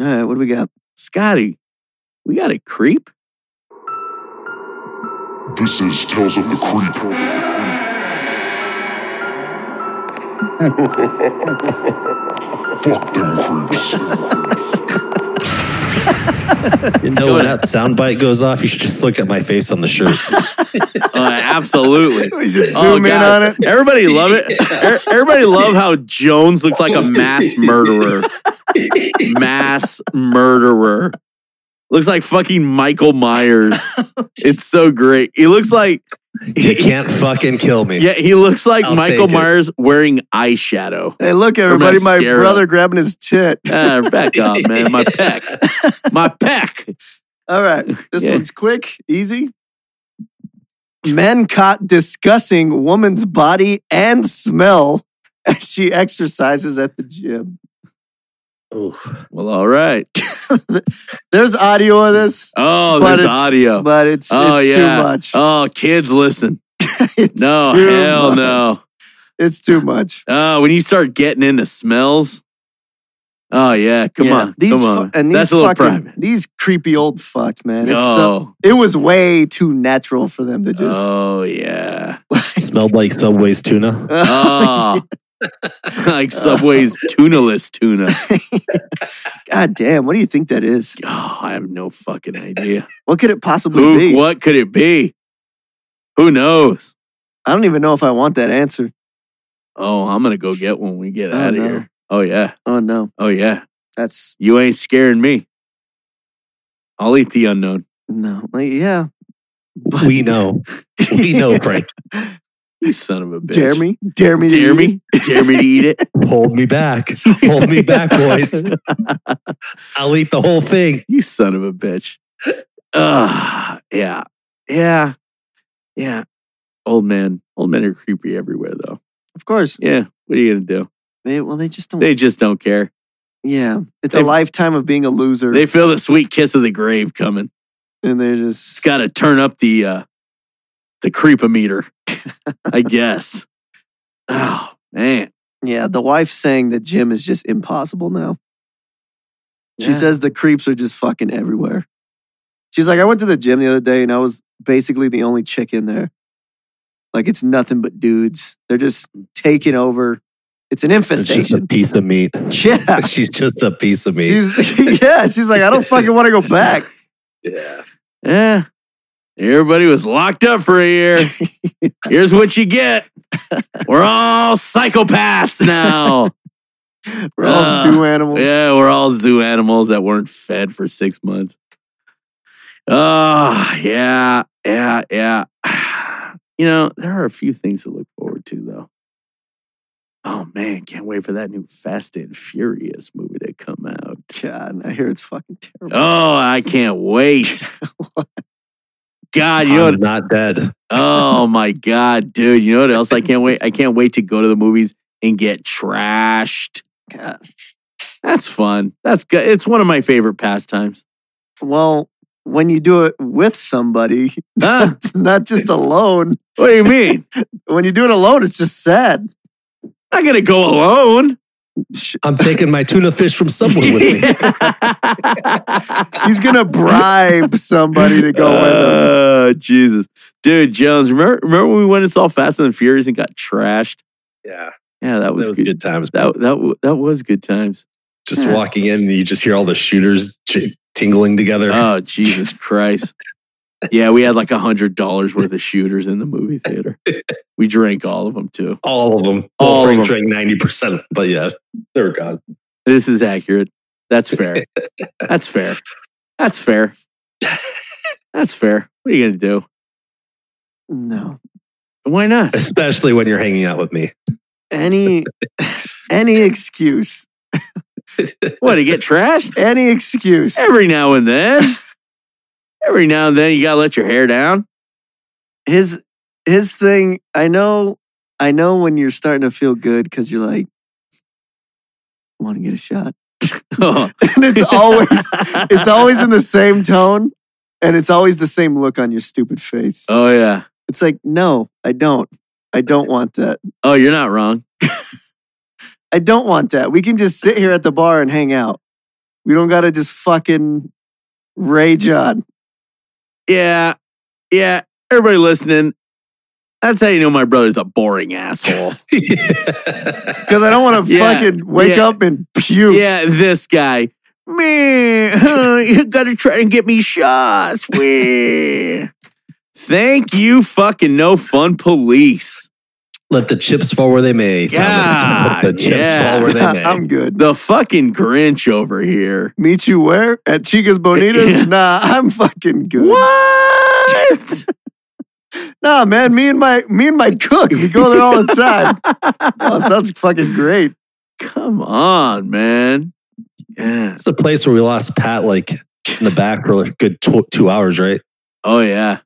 Speaker 3: All right, what do we got?
Speaker 2: Scotty. We got a creep.
Speaker 5: This is Tales of the Creep. Fuck them creeps.
Speaker 4: you know when that soundbite goes off, you should just look at my face on the shirt.
Speaker 2: Oh, absolutely.
Speaker 3: We should
Speaker 2: Oh,
Speaker 3: zoom in
Speaker 2: God.
Speaker 3: on it.
Speaker 2: Everybody love it. Er- Everybody love how Jones looks like a mass murderer. mass murderer. Looks like fucking Michael Myers. It's so great. He looks like
Speaker 4: You can't fucking kill me.
Speaker 2: yeah, he looks like
Speaker 4: I'll
Speaker 2: Michael
Speaker 4: take it.
Speaker 2: Myers wearing eyeshadow.
Speaker 3: Hey, look, everybody, my
Speaker 2: mascara.
Speaker 3: brother grabbing his tit.
Speaker 2: Ah, back off, man. My peck. My peck.
Speaker 3: All right, this
Speaker 2: Yeah.
Speaker 3: one's quick, easy. Men caught discussing woman's body and smell as she exercises at the gym.
Speaker 4: Ooh.
Speaker 2: Well, all right.
Speaker 3: There's audio of this,
Speaker 2: Oh,
Speaker 3: But
Speaker 2: there's
Speaker 3: it's-
Speaker 2: audio.
Speaker 3: but it's,
Speaker 2: Oh,
Speaker 3: it's
Speaker 2: yeah.
Speaker 3: too much.
Speaker 2: Oh, kids, listen.
Speaker 3: It's
Speaker 2: No,
Speaker 3: too
Speaker 2: hell
Speaker 3: much.
Speaker 2: no.
Speaker 3: It's too much.
Speaker 2: Oh, when you start getting into smells. Oh yeah, come
Speaker 3: Yeah,
Speaker 2: on,
Speaker 3: These
Speaker 2: come
Speaker 3: fu-
Speaker 2: on.
Speaker 3: and these
Speaker 2: That's a little
Speaker 3: fucking,
Speaker 2: private.
Speaker 3: These creepy old fucks, man. It's so,
Speaker 2: Oh,
Speaker 3: it was way too natural for them to just.
Speaker 2: oh yeah.
Speaker 4: Smelled like Subway's tuna.
Speaker 2: Oh, like Subway's tunaless tuna.
Speaker 3: God damn, what do you think that is?
Speaker 2: Oh, I have no fucking idea.
Speaker 3: What could it possibly
Speaker 2: Who?
Speaker 3: be?
Speaker 2: What could it be? Who knows?
Speaker 3: I don't even know if I want that answer.
Speaker 2: Oh, I'm gonna go get one when we get
Speaker 3: Oh,
Speaker 2: out of
Speaker 3: no.
Speaker 2: here. Oh yeah,
Speaker 3: Oh no,
Speaker 2: oh yeah.
Speaker 3: that's
Speaker 2: You ain't scaring me. I'll eat the unknown.
Speaker 3: no. Like, yeah,
Speaker 4: We know. We know, Frank.
Speaker 2: You son of a bitch.
Speaker 3: dare me, dare me, to
Speaker 2: Dare
Speaker 3: eat it.
Speaker 2: me? Dare me to eat it?
Speaker 4: Hold me back. Hold me back, boys. I'll eat the whole thing.
Speaker 2: You son of a bitch. Ah, yeah, yeah, yeah. Old man, old men are creepy everywhere, though.
Speaker 3: Of course.
Speaker 2: Yeah, what are you gonna do?
Speaker 3: They, well, they just don't.
Speaker 2: They just don't care.
Speaker 3: yeah, it's
Speaker 2: they-
Speaker 3: a lifetime of being a loser,
Speaker 2: They feel the sweet kiss of the grave coming.
Speaker 3: and they're
Speaker 2: It's
Speaker 3: just
Speaker 2: got to turn up the uh the creepometer, I guess. Oh man,
Speaker 3: yeah. The wife saying that Jim is just impossible now. She
Speaker 2: Yeah.
Speaker 3: says the creeps are just fucking everywhere. She's like, I went to the gym the other day and I was basically the only chick in there. Like it's nothing but dudes. They're just taking over. It's an
Speaker 4: It's just a
Speaker 3: infestation.
Speaker 4: piece of meat.
Speaker 3: yeah.
Speaker 4: She's just a piece of meat.
Speaker 3: She's, yeah, she's like, I don't fucking want to go back.
Speaker 4: yeah.
Speaker 2: yeah. Eh, Everybody was locked up for a year. Here's what you get. We're all psychopaths now.
Speaker 3: We're all
Speaker 2: Uh,
Speaker 3: zoo animals.
Speaker 2: Yeah, we're all zoo animals that weren't fed for six months. Oh, yeah, yeah, yeah. You know, there are a few things to look forward to, though. Oh, man, can't wait for that new Fast and Furious movie to come out.
Speaker 3: God, I hear it's fucking terrible.
Speaker 2: Oh, I can't wait. God, you know what?
Speaker 4: I'm not dead.
Speaker 2: Oh my god, dude! You know what else? I can't wait. I can't wait to go to the movies and get trashed.
Speaker 3: God.
Speaker 2: That's fun. That's good. It's one of my favorite pastimes.
Speaker 3: Well, when you do it with somebody,
Speaker 2: Huh?
Speaker 3: not just alone.
Speaker 2: what do you mean?
Speaker 3: When you do it alone, it's just sad.
Speaker 2: I'm not gonna go alone.
Speaker 3: Sh-
Speaker 4: I'm taking my tuna fish from Subway with me.
Speaker 3: He's gonna bribe somebody to go
Speaker 4: Uh.
Speaker 3: with him.
Speaker 2: Oh, Jesus, dude, Jones. Remember, remember when we went and saw Fast and the Furious and got trashed?
Speaker 4: Yeah.
Speaker 2: Yeah, that
Speaker 4: That
Speaker 2: was,
Speaker 4: was
Speaker 2: good.
Speaker 4: good, times.
Speaker 2: That that w- that was good times.
Speaker 4: just walking in and you just hear all the shooters ch- tingling together.
Speaker 2: Oh, Jesus Christ. Yeah, we had like a hundred dollars worth of shooters in the movie theater. We drank all of them too.
Speaker 4: all of them.
Speaker 2: All
Speaker 4: All
Speaker 2: of them.
Speaker 4: Frank drank 90%, but yeah, they're gone.
Speaker 2: This is accurate. That's fair. That's fair. That's fair. That's fair. What are you gonna do?
Speaker 3: No,
Speaker 2: Why not?
Speaker 4: Especially when you're hanging out with me.
Speaker 3: any any excuse
Speaker 2: What, to get trashed?
Speaker 3: Any excuse.
Speaker 2: Every now and then. Every now and then you gotta let your hair down.
Speaker 3: His his thing, I know I know when you're starting to feel good because you're like, I want to get a shot.
Speaker 2: Oh.
Speaker 3: And it's always it's always in the same tone and it's always the same look on your stupid face.
Speaker 2: Oh yeah.
Speaker 3: It's like, no, I don't. I don't want that.
Speaker 2: Oh, you're not wrong.
Speaker 3: I don't want that. We can just sit here at the bar and hang out. We don't gotta just fucking rage on.
Speaker 2: Yeah. Yeah. Everybody listening. That's how you know my brother's a boring asshole.
Speaker 3: Because I don't want to
Speaker 2: Yeah.
Speaker 3: fucking wake
Speaker 2: Yeah.
Speaker 3: up and puke.
Speaker 2: yeah, this guy. Man, you gotta try and get me shots. Meh. Thank you, fucking no fun police.
Speaker 4: Let the chips fall where they may. Thomas.
Speaker 2: Yeah,
Speaker 4: Let the chips
Speaker 2: yeah.
Speaker 4: fall where they may.
Speaker 3: I'm good.
Speaker 2: The fucking Grinch over here.
Speaker 3: Meet you where? At Chica's Bonitas?
Speaker 2: Yeah.
Speaker 3: Nah, I'm fucking good.
Speaker 2: What?
Speaker 3: Nah, man, me and my me and my cook, we go there all the time. oh, sounds fucking great.
Speaker 2: Come on, man. Yeah.
Speaker 4: It's the place where we lost Pat like in the back for like a good two, two hours, right?
Speaker 2: Oh yeah.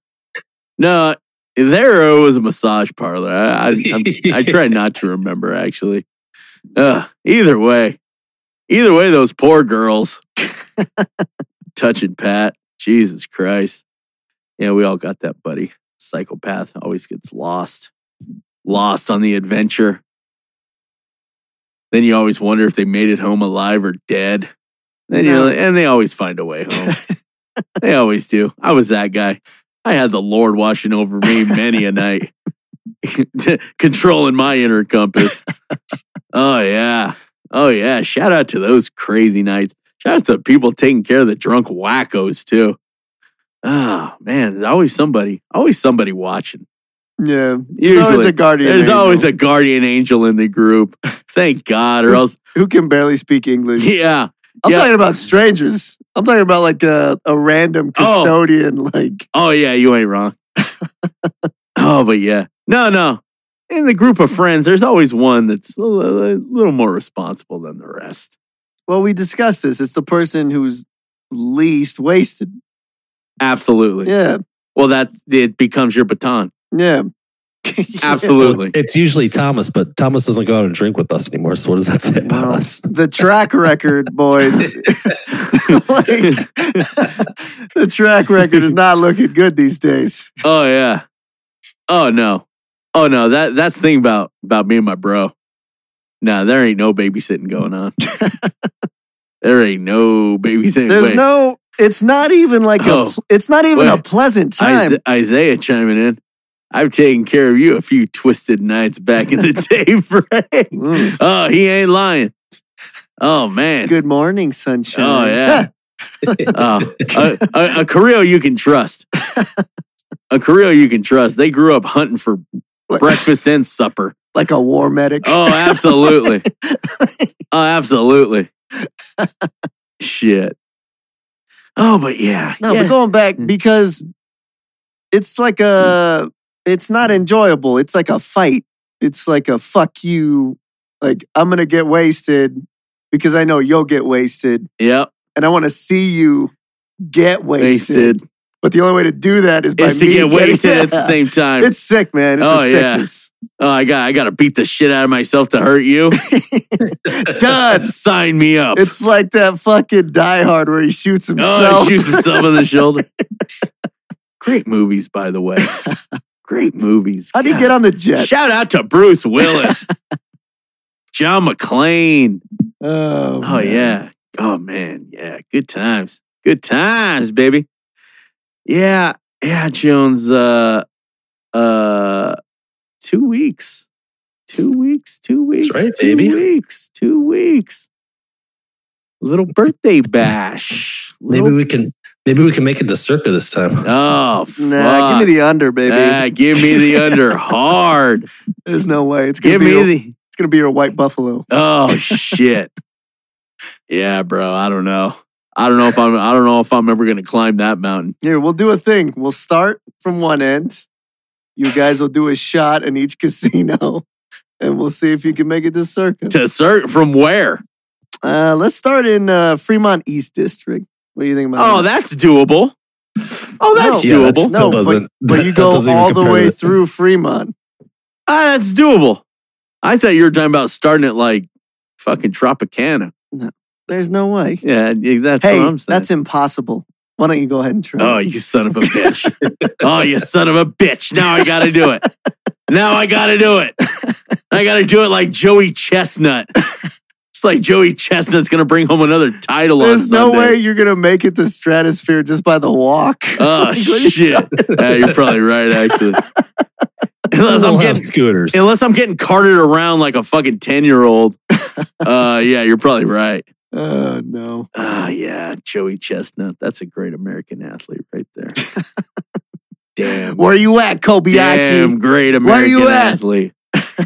Speaker 2: No, there was a massage parlor. I I, I'm- I try not to remember actually. Uh, either way, either way, those poor girls touching Pat. Jesus Christ. Yeah, we all got that, buddy. Psychopath always gets lost, lost on the adventure. Then you always wonder if they made it home alive or dead. Then
Speaker 3: No.
Speaker 2: you, and they always find a way home. They always do. I was that guy. I had the Lord watching over me many a night, controlling my inner compass. oh, yeah. Oh, yeah. Shout out to those crazy nights. Shout out to the people taking care of the drunk wackos, too. Oh, man. There's always somebody, always somebody watching.
Speaker 3: Yeah.
Speaker 2: Usually,
Speaker 3: There's always a guardian.
Speaker 2: there's
Speaker 3: angel
Speaker 2: always a guardian angel in the group. Thank God, or else,
Speaker 3: who can barely speak English.
Speaker 2: yeah.
Speaker 3: I'm
Speaker 2: yeah.
Speaker 3: talking about strangers. I'm talking about like a, a random
Speaker 2: Oh.
Speaker 3: custodian. Like
Speaker 2: Oh yeah, you ain't wrong. oh, but yeah, no, no. In the group of friends, there's always one that's a li- a little more responsible than the rest.
Speaker 3: well, we discussed this. It's the person who's least wasted.
Speaker 2: Absolutely.
Speaker 3: Yeah.
Speaker 2: Well, that it becomes your baton.
Speaker 3: Yeah.
Speaker 2: Absolutely.
Speaker 4: It's usually Thomas, but Thomas doesn't go out and drink with us anymore. So what does that say about
Speaker 3: Wow.
Speaker 4: us?
Speaker 3: the track record, boys. Like, the track record is not looking good these days.
Speaker 2: Oh yeah. Oh no. Oh no. That that's the thing about about me and my bro. No, there ain't no babysitting going on. there ain't no babysitting.
Speaker 3: There's
Speaker 2: Wait,
Speaker 3: no. It's not even like
Speaker 2: Oh.
Speaker 3: a. pl- It's not even a
Speaker 2: Wait.
Speaker 3: pleasant time.
Speaker 2: Isa- Isaiah chiming in. I've taken care of you a few twisted nights back in the day, Frank.
Speaker 3: Mm.
Speaker 2: Oh, he ain't lying. Oh man.
Speaker 3: Good morning, sunshine.
Speaker 2: Oh, yeah. Oh, a, a, a Carrillo you can trust. A Carrillo you can trust. They grew up hunting for
Speaker 3: Like-
Speaker 2: breakfast and supper.
Speaker 3: like a war medic.
Speaker 2: Oh, absolutely. Oh, absolutely. Shit. Oh, but yeah.
Speaker 3: No,
Speaker 2: yeah. Mm.
Speaker 3: but going back because it's like a. It's not
Speaker 2: Mm.
Speaker 3: enjoyable. It's like a fight. It's like a fuck you. Like I'm gonna get wasted because I know you'll get wasted,
Speaker 2: yep.
Speaker 3: and I want to see you get wasted.
Speaker 2: Wasted.
Speaker 3: But the only way to do that is by
Speaker 2: It's to
Speaker 3: me
Speaker 2: get
Speaker 3: getting-
Speaker 2: wasted at the same time.
Speaker 3: It's sick, man. It's
Speaker 2: Oh,
Speaker 3: a
Speaker 2: yeah.
Speaker 3: sickness.
Speaker 2: Oh, I got I got to beat the shit out of myself to hurt you.
Speaker 3: Done.
Speaker 2: Sign me up.
Speaker 3: It's like that fucking Die Hard where he shoots
Speaker 2: oh,
Speaker 3: himself.
Speaker 2: he shoots himself in the shoulder. Great movies, by the way. Great movies.
Speaker 3: How do you
Speaker 2: God.
Speaker 3: get on the jet?
Speaker 2: Shout out to Bruce Willis, John McClane.
Speaker 3: Oh,
Speaker 2: Oh
Speaker 3: man.
Speaker 2: yeah. Oh man. Yeah. Good times. Good times, baby. Yeah. Yeah. Jones. Uh. Uh. Two weeks. Two weeks. Two weeks.
Speaker 4: right,
Speaker 2: two
Speaker 4: baby.
Speaker 2: weeks. Two weeks. Little birthday bash.
Speaker 4: Maybe
Speaker 2: Little-
Speaker 4: we can maybe we can make it to circa this time.
Speaker 2: oh fuck.
Speaker 3: Nah, give me the under, baby.
Speaker 2: Nah, give me the under hard.
Speaker 3: There's no way. It's gonna
Speaker 2: Give
Speaker 3: be.
Speaker 2: me
Speaker 3: your-
Speaker 2: the
Speaker 3: it's gonna be your white buffalo.
Speaker 2: Oh shit. yeah, bro. I don't know. I don't know if I'm I don't know if I'm ever gonna climb that mountain.
Speaker 3: Here, we'll do a thing. We'll start from one end. You guys will do a shot in each casino, and we'll see if you can make it to circus.
Speaker 2: To cert from where?
Speaker 3: Uh, let's start in uh, Fremont East District. What do you think about
Speaker 2: Oh,
Speaker 3: that?
Speaker 2: that's doable. Oh, that's
Speaker 4: Yeah, that's
Speaker 2: doable.
Speaker 4: still
Speaker 3: No, but-
Speaker 4: doesn't.
Speaker 3: But you
Speaker 4: that
Speaker 3: go
Speaker 4: doesn't even
Speaker 3: all the
Speaker 4: compare
Speaker 3: way
Speaker 4: to-
Speaker 3: through Fremont.
Speaker 2: Ah, that's doable. I thought you were talking about starting at like fucking Tropicana.
Speaker 3: There's no way.
Speaker 2: Yeah, yeah, that's
Speaker 3: hey,
Speaker 2: what I'm saying.
Speaker 3: that's impossible. Why don't you go ahead and try?
Speaker 2: oh, you son of a bitch. oh, you son of a bitch. Now I got to do it. Now I got to do it. I got to do it like Joey Chestnut. It's like Joey Chestnut's going to bring home another title
Speaker 3: There's
Speaker 2: on
Speaker 3: no
Speaker 2: Sunday.
Speaker 3: way you're gonna make it to stratosphere just by the walk.
Speaker 2: Oh,
Speaker 3: Like, what are you
Speaker 2: shit. Yeah, you're probably right, actually. Unless I'm
Speaker 4: We'll have
Speaker 2: getting
Speaker 4: scooters.
Speaker 2: unless I'm getting carted around like a fucking 10 year old. Uh, yeah, you're probably right.
Speaker 3: Oh no.
Speaker 2: Ah, yeah, Joey Chestnut. That's a great American athlete right there. Damn.
Speaker 3: Where are you at,
Speaker 2: Damn
Speaker 3: Kobayashi?
Speaker 2: great American
Speaker 3: Where you at?
Speaker 2: athlete.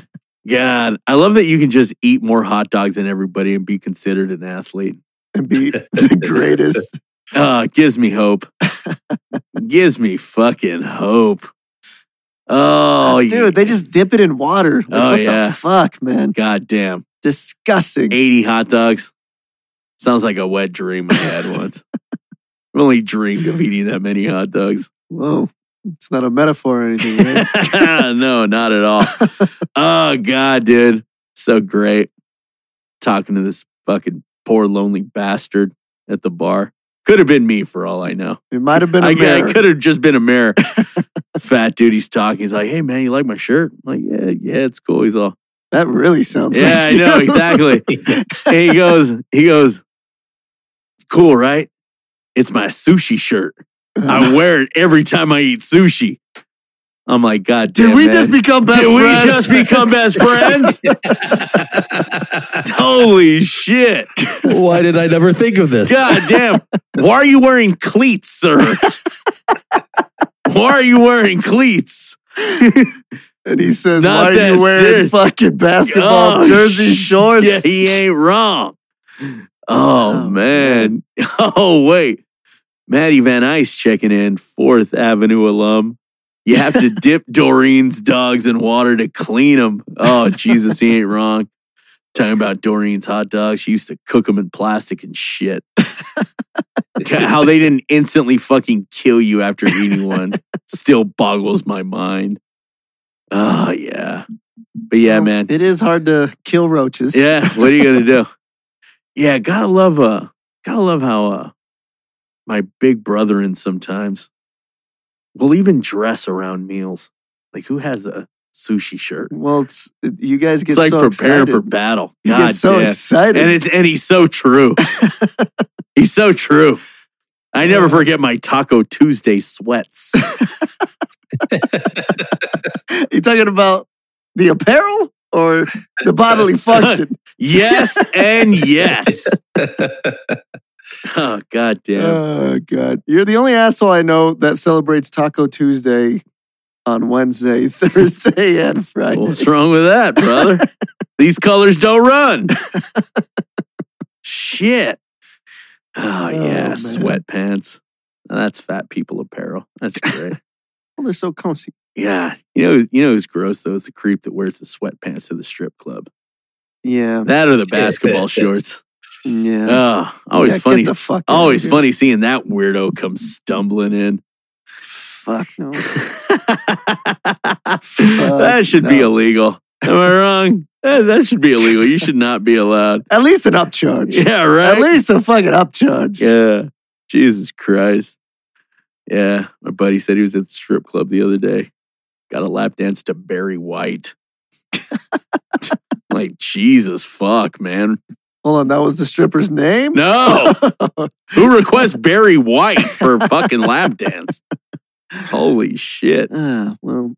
Speaker 2: God, I love that you can just eat more hot dogs than everybody and be considered an athlete.
Speaker 3: And be the greatest.
Speaker 2: Uh, gives me hope. gives me fucking hope. Oh,
Speaker 3: Uh, dude,
Speaker 2: yeah.
Speaker 3: they just dip it in water. Like,
Speaker 2: Oh,
Speaker 3: what
Speaker 2: yeah.
Speaker 3: the fuck, man?
Speaker 2: God damn.
Speaker 3: Disgusting.
Speaker 2: 80 hot dogs. Sounds like a wet dream I had once. I've only dreamed of eating that many hot dogs.
Speaker 3: Whoa. It's not a metaphor or anything, right?
Speaker 2: no, not at all. oh, God, dude. So great. Talking to this fucking poor, lonely bastard at the bar. Could have been me for all I know.
Speaker 3: it might have been a
Speaker 2: I,
Speaker 3: mirror.
Speaker 2: could have just been a mirror. Fat dude, he's talking. He's like, hey, man, you like my shirt? I'm like, yeah, yeah, it's cool. He's all,
Speaker 3: That really sounds
Speaker 2: yeah,
Speaker 3: like
Speaker 2: I know,
Speaker 3: you.
Speaker 2: exactly. And he goes, he goes, it's cool, right? It's my sushi shirt. I wear it every time I eat sushi. I'm like, God damn.
Speaker 3: Did we
Speaker 2: man.
Speaker 3: just become best
Speaker 2: Did we
Speaker 3: friends?
Speaker 2: just become best friends? Holy shit.
Speaker 4: Why did I never think of this?
Speaker 2: God damn. Why are you wearing cleats, sir? Why are you wearing cleats?
Speaker 3: And he says,
Speaker 2: Not
Speaker 3: Why are
Speaker 2: that
Speaker 3: you wearing
Speaker 2: serious.
Speaker 3: fucking basketball
Speaker 2: Oh,
Speaker 3: jersey
Speaker 2: sh-
Speaker 3: shorts?
Speaker 2: Yeah, he ain't wrong. Oh,
Speaker 3: Oh,
Speaker 2: man. Oh wait. Maddie Van Ice checking in, Fourth Avenue alum. You have to dip Doreen's dogs in water to clean them. Oh Jesus, he ain't wrong. Talking about Doreen's hot dogs, she used to cook them in plastic and shit. How they didn't instantly fucking kill you after eating one still boggles my mind. Oh yeah, but yeah,
Speaker 3: Well,
Speaker 2: man,
Speaker 3: It is hard to kill roaches.
Speaker 2: yeah, what are you gonna do? Yeah, gotta love uh gotta love how uh my big brethren sometimes will even dress around meals. Like who has a sushi shirt?
Speaker 3: Well, it's you guys get
Speaker 2: It's like
Speaker 3: so
Speaker 2: preparing
Speaker 3: excited.
Speaker 2: for battle.
Speaker 3: you
Speaker 2: God
Speaker 3: get so
Speaker 2: damn.
Speaker 3: excited.
Speaker 2: And it's and he's so true. he's so true. I never forget my Taco Tuesday sweats.
Speaker 3: you talking about the apparel or the bodily function?
Speaker 2: yes and yes. Oh god damn.
Speaker 3: Oh god, you're the only asshole I know that celebrates Taco Tuesday on Wednesday, Thursday, and Friday.
Speaker 2: What's wrong with that, brother? These colors don't run. Shit. Oh,
Speaker 3: Oh,
Speaker 2: yeah,
Speaker 3: man.
Speaker 2: sweatpants. Now, that's fat people apparel. That's great.
Speaker 3: Oh, they're so comfy.
Speaker 2: yeah, you know, you know who's gross though? It's the creep that wears the sweatpants to the strip club.
Speaker 3: Yeah,
Speaker 2: That or the basketball shorts.
Speaker 3: yeah.
Speaker 2: Oh, always
Speaker 3: Yeah, get
Speaker 2: funny.
Speaker 3: the fuck outta
Speaker 2: Always
Speaker 3: here.
Speaker 2: funny seeing that weirdo come stumbling in.
Speaker 3: Fuck no.
Speaker 2: that should be
Speaker 3: no.
Speaker 2: illegal. Am I wrong? Eh, That should be illegal. You should not be allowed.
Speaker 3: At least an upcharge.
Speaker 2: Yeah,
Speaker 3: At
Speaker 2: right.
Speaker 3: least a fucking upcharge.
Speaker 2: Yeah. Jesus Christ. Yeah. My buddy said he was at the strip club the other day. Got a lap dance to Barry White. like, Jesus fuck, man.
Speaker 3: Hold on, that was the stripper's name.
Speaker 2: No. Who requests Barry White for a fucking lap dance? Holy shit.
Speaker 3: Ah, well,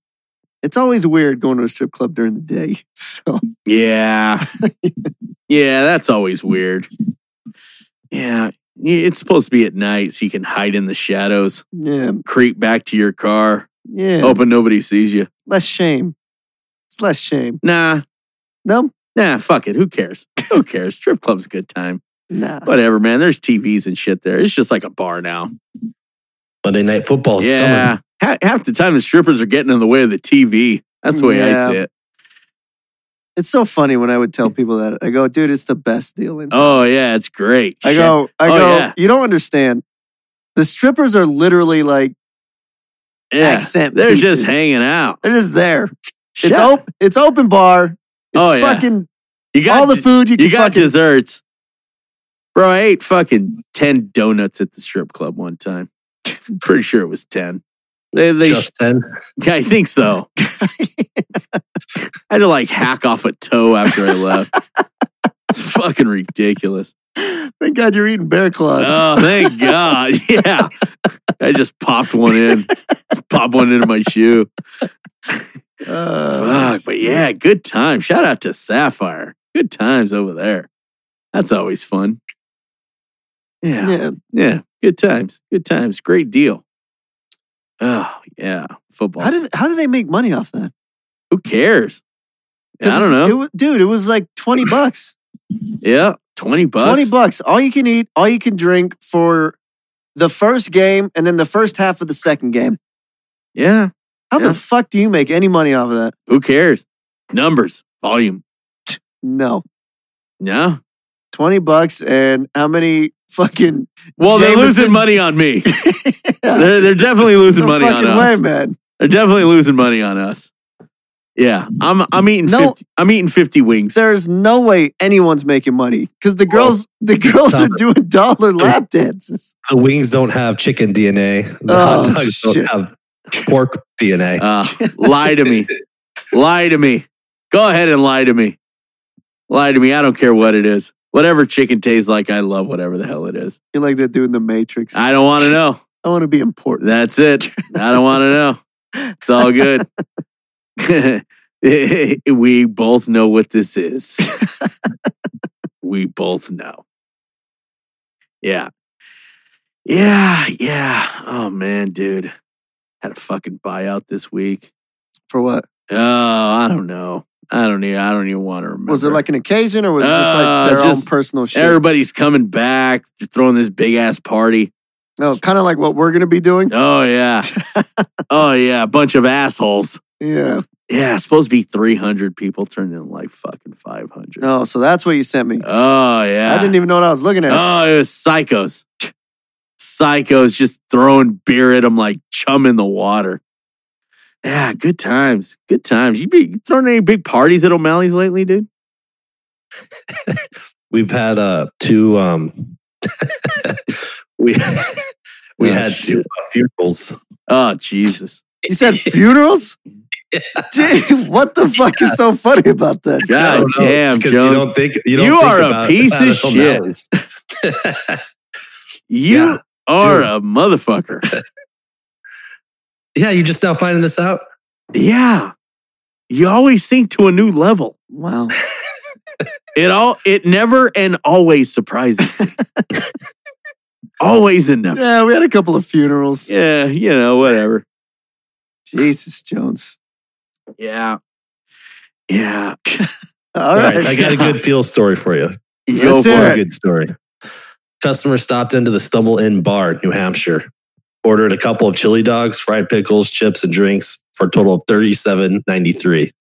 Speaker 3: it's always weird going to a strip club during the day. So
Speaker 2: Yeah. yeah, that's always weird. Yeah. It's supposed to be at night so you can hide in the shadows,
Speaker 3: yeah,
Speaker 2: creep back to your car,
Speaker 3: yeah.
Speaker 2: hoping nobody sees you.
Speaker 3: Less shame. It's less shame.
Speaker 2: Nah,
Speaker 3: No,
Speaker 2: Nah, fuck it. Who cares? Who cares? Strip club's a good time.
Speaker 3: nah.
Speaker 2: Whatever, man. There's TVs and shit there. It's just like a bar now.
Speaker 4: Monday Night
Speaker 3: Oh,
Speaker 4: Football. It's
Speaker 2: yeah. Ha- half the time the strippers are getting in the way of the TV. That's the way I
Speaker 3: Yeah.
Speaker 2: see it.
Speaker 3: It's so funny when I would tell people that. I go, dude, it's the best deal in
Speaker 2: Hmm. Oh yeah, it's great.
Speaker 3: I
Speaker 2: Shit.
Speaker 3: go, I
Speaker 2: Oh,
Speaker 3: go,
Speaker 2: yeah.
Speaker 3: you don't understand. The strippers are literally like
Speaker 2: yeah.
Speaker 3: accent
Speaker 2: They're
Speaker 3: pieces.
Speaker 2: just hanging out.
Speaker 3: they're just there.
Speaker 2: Shut-
Speaker 3: It's open it's open bar. It's
Speaker 2: Oh, yeah.
Speaker 3: fucking
Speaker 2: you got
Speaker 3: all the
Speaker 2: d-
Speaker 3: food you can
Speaker 2: You got
Speaker 3: fucking
Speaker 2: desserts, bro. I ate fucking ten donuts at the strip club one time. Pretty sure it was ten. They, they
Speaker 4: Just 10.
Speaker 2: I think so. I had to like hack off a toe after I left. It's fucking ridiculous.
Speaker 3: Thank God you're eating bear claws.
Speaker 2: Oh, thank God. Yeah. I just popped one in. Pop one into my shoe.
Speaker 3: Uh,
Speaker 2: Oh, Fuck, but yeah, good time. Shout out to Sapphire. Good times over there. That's always fun. Yeah. Yeah.
Speaker 3: yeah.
Speaker 2: Good times. Good times. Great deal. Oh, yeah. Football.
Speaker 3: How did how do they make money off that?
Speaker 2: Who cares? I
Speaker 3: 'Cause
Speaker 2: don't know.
Speaker 3: it wa- dude, it was like 20 bucks.
Speaker 2: yeah. 20 bucks.
Speaker 3: 20 bucks. All you can eat, all you can drink for the first game and then the first half of the second game.
Speaker 2: Yeah.
Speaker 3: How
Speaker 2: Yeah.
Speaker 3: the fuck do you make any money off of that?
Speaker 2: Who cares? Numbers, volume.
Speaker 3: No.
Speaker 2: No.
Speaker 3: 20 bucks and how many fucking
Speaker 2: Well, they're
Speaker 3: Jameson-
Speaker 2: losing money on me. They're, they're definitely losing
Speaker 3: No
Speaker 2: money on
Speaker 3: fucking
Speaker 2: us.
Speaker 3: way, man.
Speaker 2: They're definitely losing money on us. Yeah, I'm I'm eating
Speaker 3: No.
Speaker 2: 50, I'm eating 50 wings.
Speaker 3: There's no way anyone's making money cuz the girls the girls are doing dollar lap dances.
Speaker 4: The wings don't have chicken DNA. The
Speaker 3: Oh,
Speaker 4: hot dogs
Speaker 3: shit.
Speaker 4: don't have pork DNA.
Speaker 2: Uh, lie to me. lie to me. Go ahead and lie to me. Lie to me. I don't care what it is. Whatever chicken tastes like, I love whatever the hell it is.
Speaker 3: You're like that dude in the Matrix. I,
Speaker 2: I don't want to know.
Speaker 3: want to be important.
Speaker 2: That's it. I don't want to know. It's all good. we both know what this is. we both know. Yeah. Yeah. Yeah. Oh, man, dude. Had a fucking buyout this week.
Speaker 3: For what?
Speaker 2: Oh, I don't know. I don't even, I don't even want to remember.
Speaker 3: Was it like an occasion or was it just
Speaker 2: Uh,
Speaker 3: like their
Speaker 2: just
Speaker 3: own personal shit?
Speaker 2: everybody's coming back? They're throwing this big ass party.
Speaker 3: no, kind of like what we're going to be doing.
Speaker 2: Oh, yeah. oh, yeah. A bunch of assholes.
Speaker 3: Yeah.
Speaker 2: Yeah, it's supposed to be 300 people turned in like fucking 500.
Speaker 3: No, so that's what you sent me.
Speaker 2: Oh, yeah.
Speaker 3: I didn't even know what I was looking at.
Speaker 2: Oh, it was psychos. Psychos just throwing beer at them like chum in the water. Yeah, good times. Good times. You be throwing any big parties at O'Malley's lately, dude?
Speaker 4: We've had uh two um we we
Speaker 2: Oh,
Speaker 4: had two
Speaker 2: shit.
Speaker 4: uh, funerals.
Speaker 2: Oh, Jesus.
Speaker 3: you said funerals? Gee, what the fuck is so funny about that?
Speaker 2: God
Speaker 4: I don't know,
Speaker 2: damn,
Speaker 4: just 'cause
Speaker 2: Jones.
Speaker 4: You don't think you, don't
Speaker 2: You
Speaker 4: think
Speaker 2: are a
Speaker 4: about-
Speaker 2: piece
Speaker 4: about
Speaker 2: of
Speaker 4: Home
Speaker 2: shit.
Speaker 4: Mountains.
Speaker 2: You
Speaker 4: Yeah,
Speaker 2: are
Speaker 4: dude.
Speaker 2: a motherfucker.
Speaker 4: yeah, you just now finding this out?
Speaker 2: yeah. You always sink to a new level.
Speaker 3: Wow.
Speaker 2: It all it never and always surprises me. always and never.
Speaker 3: Yeah, we had a couple of funerals.
Speaker 2: Yeah, you know, whatever.
Speaker 3: Jesus Jones.
Speaker 2: Yeah. Yeah.
Speaker 3: All right.
Speaker 4: I got a good feel story for you.
Speaker 2: Go
Speaker 3: Let's
Speaker 2: for
Speaker 3: hear
Speaker 2: it.
Speaker 3: it.
Speaker 4: Good story. Customer stopped into the Stumble Inn Bar, in New Hampshire, ordered a couple of chili dogs, fried pickles, chips, and drinks for a total of thirty-seven ninety-three.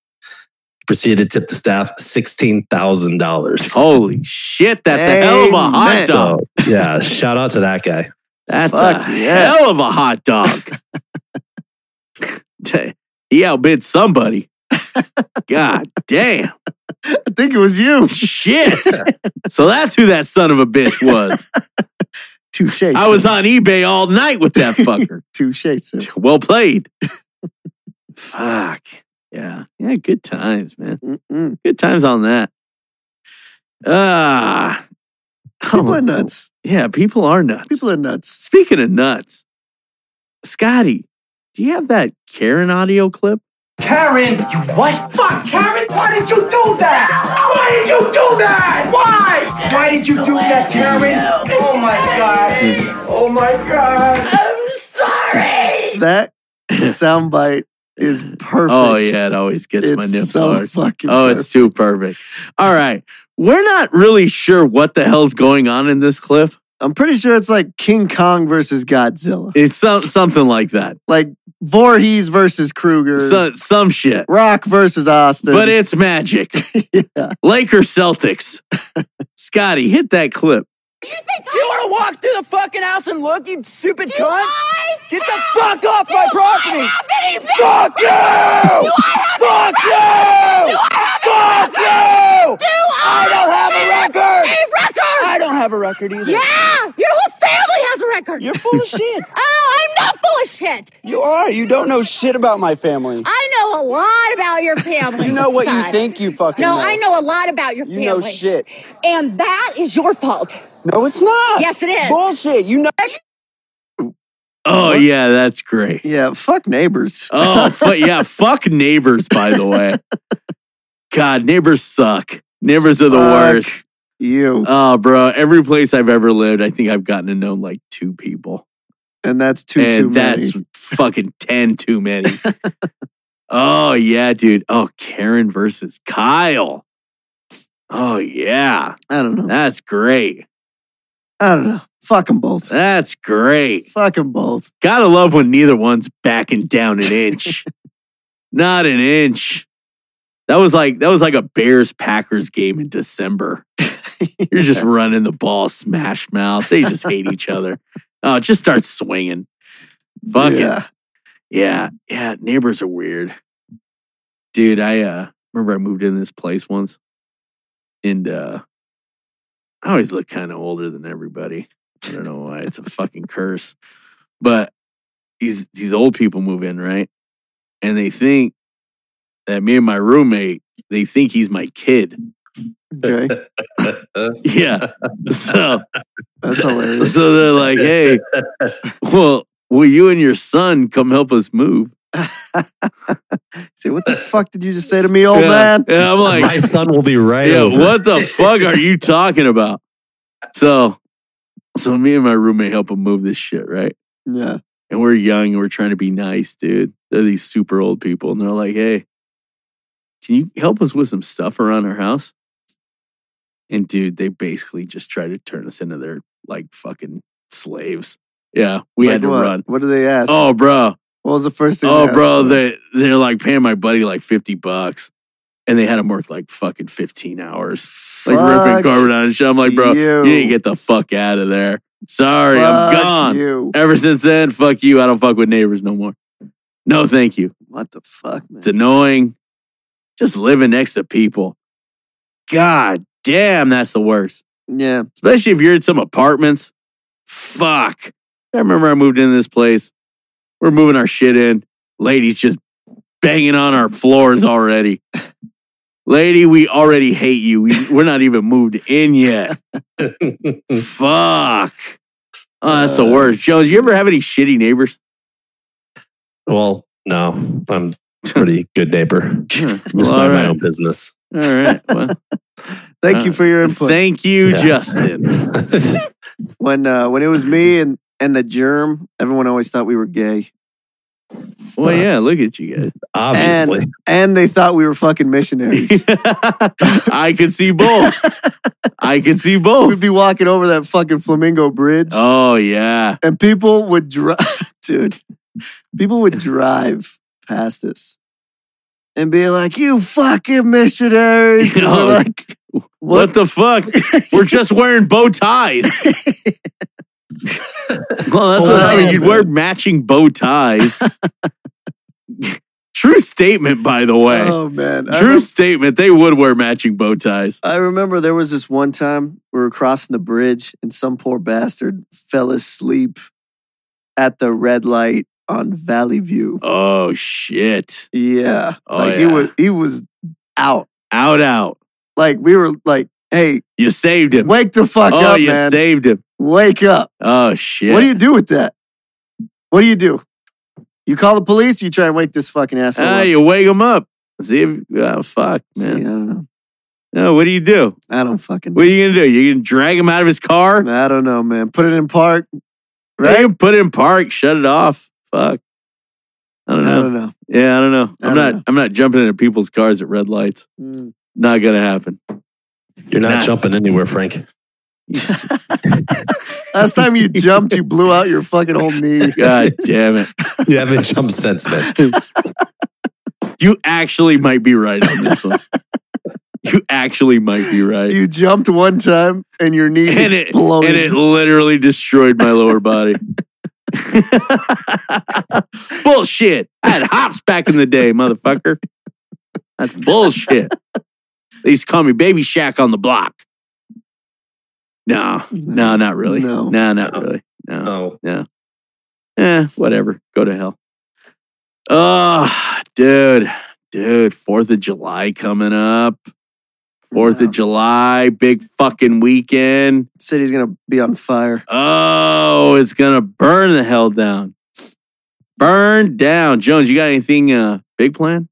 Speaker 4: Proceeded to tip the staff sixteen thousand dollars.
Speaker 2: Holy shit, that's a hell of a hot
Speaker 3: Amen.
Speaker 2: dog.
Speaker 4: yeah, shout out to that guy.
Speaker 2: That's
Speaker 3: Fuck
Speaker 2: a
Speaker 3: yeah.
Speaker 2: hell of a hot dog. T- he outbid somebody. God damn.
Speaker 3: I think it was you.
Speaker 2: Shit. So that's who that son of a bitch was.
Speaker 3: Touche.
Speaker 2: I was on eBay all night with that fucker.
Speaker 3: Touche, sir.
Speaker 2: Well played. Fuck. Yeah. Yeah, good times, man.
Speaker 3: Mm-mm.
Speaker 2: good times on that. Ah,
Speaker 3: People
Speaker 2: Oh,
Speaker 3: are nuts.
Speaker 2: Yeah, people are nuts.
Speaker 3: People are nuts.
Speaker 2: Speaking of nuts, Scotty, do you have that Karen audio clip?
Speaker 6: Karen, you what? Fuck, Karen! Why did you do that? Why did you do that? Why? Why did you do that, Karen? Oh my god. Oh my god. I'm sorry.
Speaker 3: That soundbite is perfect.
Speaker 2: Oh yeah, it always gets
Speaker 3: It's
Speaker 2: my nips
Speaker 3: so
Speaker 2: hard.
Speaker 3: fucking
Speaker 2: Oh, it's too perfect. All right, we're not really sure what the hell's going on in this clip.
Speaker 3: I'm pretty sure it's like King Kong versus Godzilla.
Speaker 2: It's some something like that.
Speaker 3: Like Voorhees versus Krueger.
Speaker 2: So, some shit.
Speaker 3: Rock versus Austin.
Speaker 2: But it's magic.
Speaker 3: Yeah.
Speaker 2: Laker Celtics. Scotty, hit that clip.
Speaker 7: Do you want to walk through the fucking house and look, you stupid cunt? Get the fuck off my property! Fuck you! fuck you! fuck you! Do I, don't have a record! record! I don't have a record either.
Speaker 8: Yeah, your whole family has a record.
Speaker 7: You're full of shit.
Speaker 8: oh, I'm not full of shit.
Speaker 7: You are. You don't know shit about my family.
Speaker 8: I know a lot about your family.
Speaker 7: You know what you
Speaker 8: son.
Speaker 7: think you fucking
Speaker 8: No,
Speaker 7: know.
Speaker 8: I know a lot about your
Speaker 7: You
Speaker 8: family.
Speaker 7: know shit.
Speaker 8: And that is your fault.
Speaker 7: No, it's not.
Speaker 8: Yes, it is.
Speaker 7: Bullshit. You know.
Speaker 2: Oh yeah, that's great.
Speaker 3: Yeah, fuck neighbors.
Speaker 2: Oh fu- yeah, fuck neighbors. By the way, God, neighbors suck. Neighbors are the
Speaker 3: Fuck
Speaker 2: worst.
Speaker 3: You.
Speaker 2: Oh, bro, every place I've ever lived, I think I've gotten to know like two people,
Speaker 3: And that's too
Speaker 2: and
Speaker 3: too
Speaker 2: that's
Speaker 3: many.
Speaker 2: fucking ten too many. oh yeah, dude. Oh, Karen versus Kyle. Oh yeah,
Speaker 3: I don't know.
Speaker 2: that's great.
Speaker 3: I don't know. Fuck them both.
Speaker 2: That's great.
Speaker 3: Fuck them both.
Speaker 2: Gotta love when neither one's backing down an inch. Not an inch. That was like that was like a Bears Packers game in December. You're just running the ball smash mouth. They just hate each other. Oh, just start swinging. Fuck it.
Speaker 3: yeah.
Speaker 2: Yeah, yeah, neighbors are weird. Dude, I uh remember I moved in this place once and uh I always look kind of older than everybody. I don't know why it's a fucking curse. But these these old people move in, right? And they think that me and my roommate, they think he's my kid.
Speaker 3: Okay.
Speaker 2: Yeah. So
Speaker 3: That's hilarious.
Speaker 2: so they're like, "Hey, well, will you and your son come help us move?"
Speaker 3: Say, what the fuck did you just say to me, old
Speaker 2: yeah.
Speaker 3: Oh, man?
Speaker 2: And I'm like,
Speaker 4: My son will be right.
Speaker 2: Yeah,
Speaker 4: over.
Speaker 2: what the fuck are you talking about? So, so me and my roommate help him move this shit, right?
Speaker 3: Yeah.
Speaker 2: And we're young and we're trying to be nice, dude. They're these super old people, and they're like, "Hey, can you help us with some stuff around our house?" And dude, they basically just try to turn us into their like fucking slaves. Yeah, we
Speaker 3: Like
Speaker 2: had to
Speaker 3: what?
Speaker 2: run.
Speaker 3: What did they ask?
Speaker 2: Oh, bro.
Speaker 3: What was the first thing?
Speaker 2: Oh,
Speaker 3: they
Speaker 2: bro,
Speaker 3: asked?
Speaker 2: they they're like paying my buddy like fifty bucks, and they had him work like fucking fifteen hours, like ripping
Speaker 3: Fuck
Speaker 2: carbon out and shit. I'm like, bro, you.
Speaker 3: you.
Speaker 2: need to get the fuck out of there. Sorry, I'm
Speaker 3: Fuck
Speaker 2: gone.
Speaker 3: You.
Speaker 2: Ever since then, fuck you. I don't fuck with neighbors no more. No, thank you.
Speaker 3: What the fuck, man?
Speaker 2: It's annoying. Just living next to people. God damn, that's the worst.
Speaker 3: Yeah.
Speaker 2: Especially if you're in some apartments. Fuck. I remember I moved into this place. We're moving our shit in. Ladies just banging on our floors already. Lady, we already hate you. We, we're not even moved in yet. Fuck. Oh, that's the
Speaker 3: Uh,
Speaker 2: worst. Jones, you ever have any shitty neighbors?
Speaker 4: well, no, I'm a pretty good neighbor.
Speaker 3: Hmm.
Speaker 4: Just
Speaker 2: Well, all
Speaker 4: mind
Speaker 2: right.
Speaker 4: my own business.
Speaker 2: All right. Well,
Speaker 3: Thank you for your input.
Speaker 2: Uh, thank you,
Speaker 4: Yeah.
Speaker 2: Justin.
Speaker 3: when uh, when it was me and and the germ, everyone always thought we were gay,
Speaker 2: Well, yeah, look at you guys.
Speaker 4: Obviously,
Speaker 3: and they thought we were fucking missionaries.
Speaker 2: I could see both. I could see
Speaker 3: We'd
Speaker 2: both.
Speaker 3: be walking over that fucking flamingo bridge,
Speaker 2: Oh, yeah.
Speaker 3: and people would drive, dude. People would drive past us and be like, "You fucking missionaries!" And
Speaker 2: Oh,
Speaker 3: we're like,
Speaker 2: What,
Speaker 3: "What?"
Speaker 2: the fuck? We're just wearing bow ties. well, that's what I mean.
Speaker 3: Wow,
Speaker 2: You'd
Speaker 3: man.
Speaker 2: wear matching bow ties. True statement, by the way.
Speaker 3: oh man, I
Speaker 2: True
Speaker 3: remember-
Speaker 2: statement. They would wear matching bow ties.
Speaker 3: I remember there was this one time we were crossing the bridge and some poor bastard fell asleep at the red light on Valley View.
Speaker 2: Oh shit!
Speaker 3: Yeah.
Speaker 2: Oh,
Speaker 3: like he
Speaker 2: yeah.
Speaker 3: was he was out.
Speaker 2: Out, out.
Speaker 3: Like we were like, hey,
Speaker 2: You saved him.
Speaker 3: wake the fuck
Speaker 2: oh,
Speaker 3: up,
Speaker 2: you
Speaker 3: man.
Speaker 2: saved him.
Speaker 3: wake up.
Speaker 2: Oh shit!
Speaker 3: What do you do with that? What do you do? You call the police, you try and wake this fucking asshole
Speaker 2: Ah,
Speaker 3: up.
Speaker 2: you wake him up. See if oh, fuck,
Speaker 3: See,
Speaker 2: man.
Speaker 3: I don't know.
Speaker 2: No, what do you do?
Speaker 3: I don't fucking
Speaker 2: What are you gonna do? You're gonna drag him out of his car?
Speaker 3: I don't know, man. Put it in park.
Speaker 2: Right?
Speaker 3: Right?
Speaker 2: put it in park. Shut it off. Fuck. I don't
Speaker 3: I
Speaker 2: know.
Speaker 3: don't know.
Speaker 2: Yeah, I don't know.
Speaker 3: Uh, I
Speaker 2: I'm
Speaker 3: don't
Speaker 2: not.
Speaker 3: know.
Speaker 2: I'm not jumping into people's cars at red lights.
Speaker 3: Mm.
Speaker 2: Not gonna happen.
Speaker 4: you're not
Speaker 2: Nah.
Speaker 4: jumping anywhere, Frank.
Speaker 3: Last time you jumped, you blew out your fucking whole knee.
Speaker 2: God damn it.
Speaker 4: You haven't jumped since, man.
Speaker 2: You actually might be right on this one. You actually might be right.
Speaker 3: You jumped one time and your knee
Speaker 2: and it, and
Speaker 3: exploded.
Speaker 2: it literally destroyed my lower body. bullshit. I had hops back in the day, motherfucker. That's bullshit. They used to call me Baby Shack on the block. No, no, not really.
Speaker 3: No.
Speaker 2: no not really. No.
Speaker 4: Oh,
Speaker 2: Eh, whatever. Go to hell. Oh, dude, dude, Fourth of July coming up. Fourth
Speaker 3: Yeah.
Speaker 2: of July, big fucking weekend.
Speaker 3: City's gonna be on fire.
Speaker 2: Oh, it's gonna burn the hell down. Burn down. Jones, you got anything uh big plan?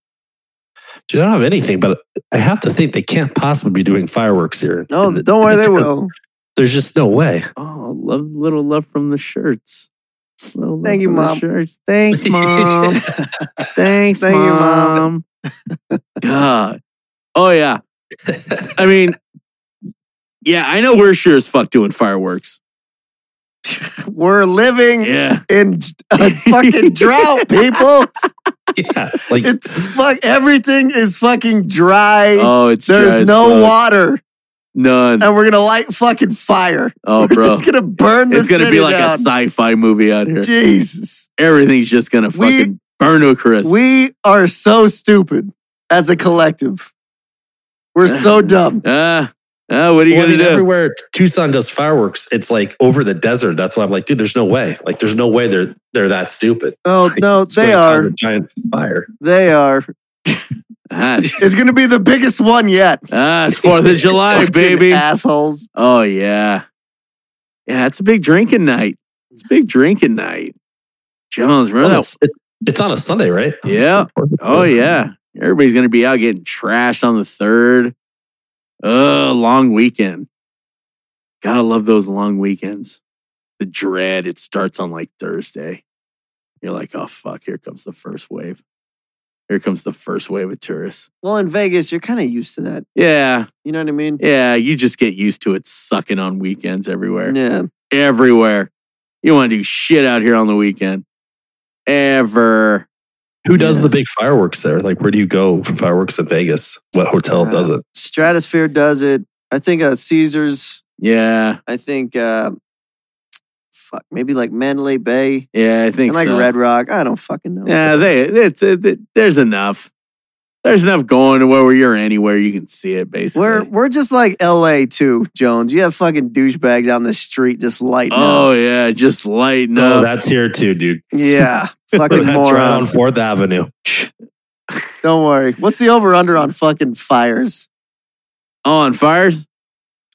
Speaker 4: do you not have anything? But I have to think they can't possibly be doing fireworks here.
Speaker 3: No,
Speaker 4: In the-
Speaker 3: don't worry,
Speaker 4: in the
Speaker 3: they
Speaker 4: town.
Speaker 3: will.
Speaker 4: There's just no way.
Speaker 2: Oh, love little love from the shirts. Little love
Speaker 3: Thank you,
Speaker 2: from the
Speaker 3: Mom.
Speaker 2: shirts. Thanks, mom. Thanks,
Speaker 3: Thank you,
Speaker 2: mom.
Speaker 3: Mom.
Speaker 2: God. Oh yeah. I mean, yeah, I know we're sure as fuck doing fireworks.
Speaker 3: We're living
Speaker 2: Yeah.
Speaker 3: in a fucking drought, people.
Speaker 4: yeah, like
Speaker 3: It's fuck. Everything is fucking dry.
Speaker 2: Oh, it's
Speaker 3: There's
Speaker 2: dry as
Speaker 3: no
Speaker 2: fuck.
Speaker 3: water,
Speaker 2: None.
Speaker 3: and we're gonna light fucking fire.
Speaker 2: Oh,
Speaker 3: we're
Speaker 2: bro.
Speaker 3: just gonna burn this.
Speaker 2: It's gonna be like a
Speaker 3: down.
Speaker 2: sci-fi movie out here.
Speaker 3: Jesus.
Speaker 2: Everything's just gonna
Speaker 3: We-
Speaker 2: fucking burn to a crisp.
Speaker 3: We are so stupid as a collective. We're so dumb.
Speaker 2: Ah, ah, what are you
Speaker 4: Well, I
Speaker 2: gonna
Speaker 4: mean,
Speaker 2: do?
Speaker 4: everywhere Tucson does fireworks, it's like over the desert. That's why I'm like, dude, there's no way. Like, there's no way they're they're that stupid.
Speaker 3: Oh no,
Speaker 4: It's gonna
Speaker 3: they
Speaker 4: cause
Speaker 3: are.
Speaker 4: a giant fire.
Speaker 3: They are.
Speaker 2: Ah,
Speaker 3: It's gonna be the biggest one yet.
Speaker 2: ah, it's Fourth of July,
Speaker 3: Fucking
Speaker 2: baby.
Speaker 3: assholes.
Speaker 2: Oh yeah, yeah. It's a big drinking night. It's a big drinking night. Jones, remember that?
Speaker 4: Well, it's, it- it's on a Sunday, right?
Speaker 2: Yeah.
Speaker 4: It's on-
Speaker 2: Oh yeah, everybody's gonna be out getting trashed on the third. Uh, long weekend. Gotta love those long weekends. The dread. It starts on like Thursday. You're like, oh fuck, here comes the first wave. Here comes the first wave of tourists.
Speaker 3: Well, in Vegas, you're kind of used to that.
Speaker 2: Yeah,
Speaker 3: You know what I mean?
Speaker 2: Yeah, you just get used to it sucking on weekends everywhere.
Speaker 3: Yeah.
Speaker 2: Everywhere. You want to do shit out here on the weekend. Ever.
Speaker 4: Who does
Speaker 2: Yeah.
Speaker 4: the big fireworks there? Like, where do you go for fireworks in Vegas? What hotel
Speaker 3: Uh,
Speaker 4: does it?
Speaker 3: Stratosphere does it. I think uh, Caesars.
Speaker 2: Yeah.
Speaker 3: I think. Uh, fuck, maybe like Mandalay Bay
Speaker 2: Yeah, I think
Speaker 3: and like
Speaker 2: so.
Speaker 3: Red Rock. I don't fucking know.
Speaker 2: Yeah, they it's it, it- there's enough. There's enough going to where you're anywhere you can see it basically.
Speaker 3: We're we're just like L.A. too, Jones. You have fucking douchebags out in the street just lighting
Speaker 2: oh
Speaker 3: up.
Speaker 2: yeah, just lighten up.
Speaker 4: No, Oh, that's here too, dude.
Speaker 3: Yeah, fucking
Speaker 4: that's right on
Speaker 3: morons.
Speaker 4: Fourth Avenue.
Speaker 3: Don't worry. What's the over under on fucking fires?
Speaker 2: oh, on fires?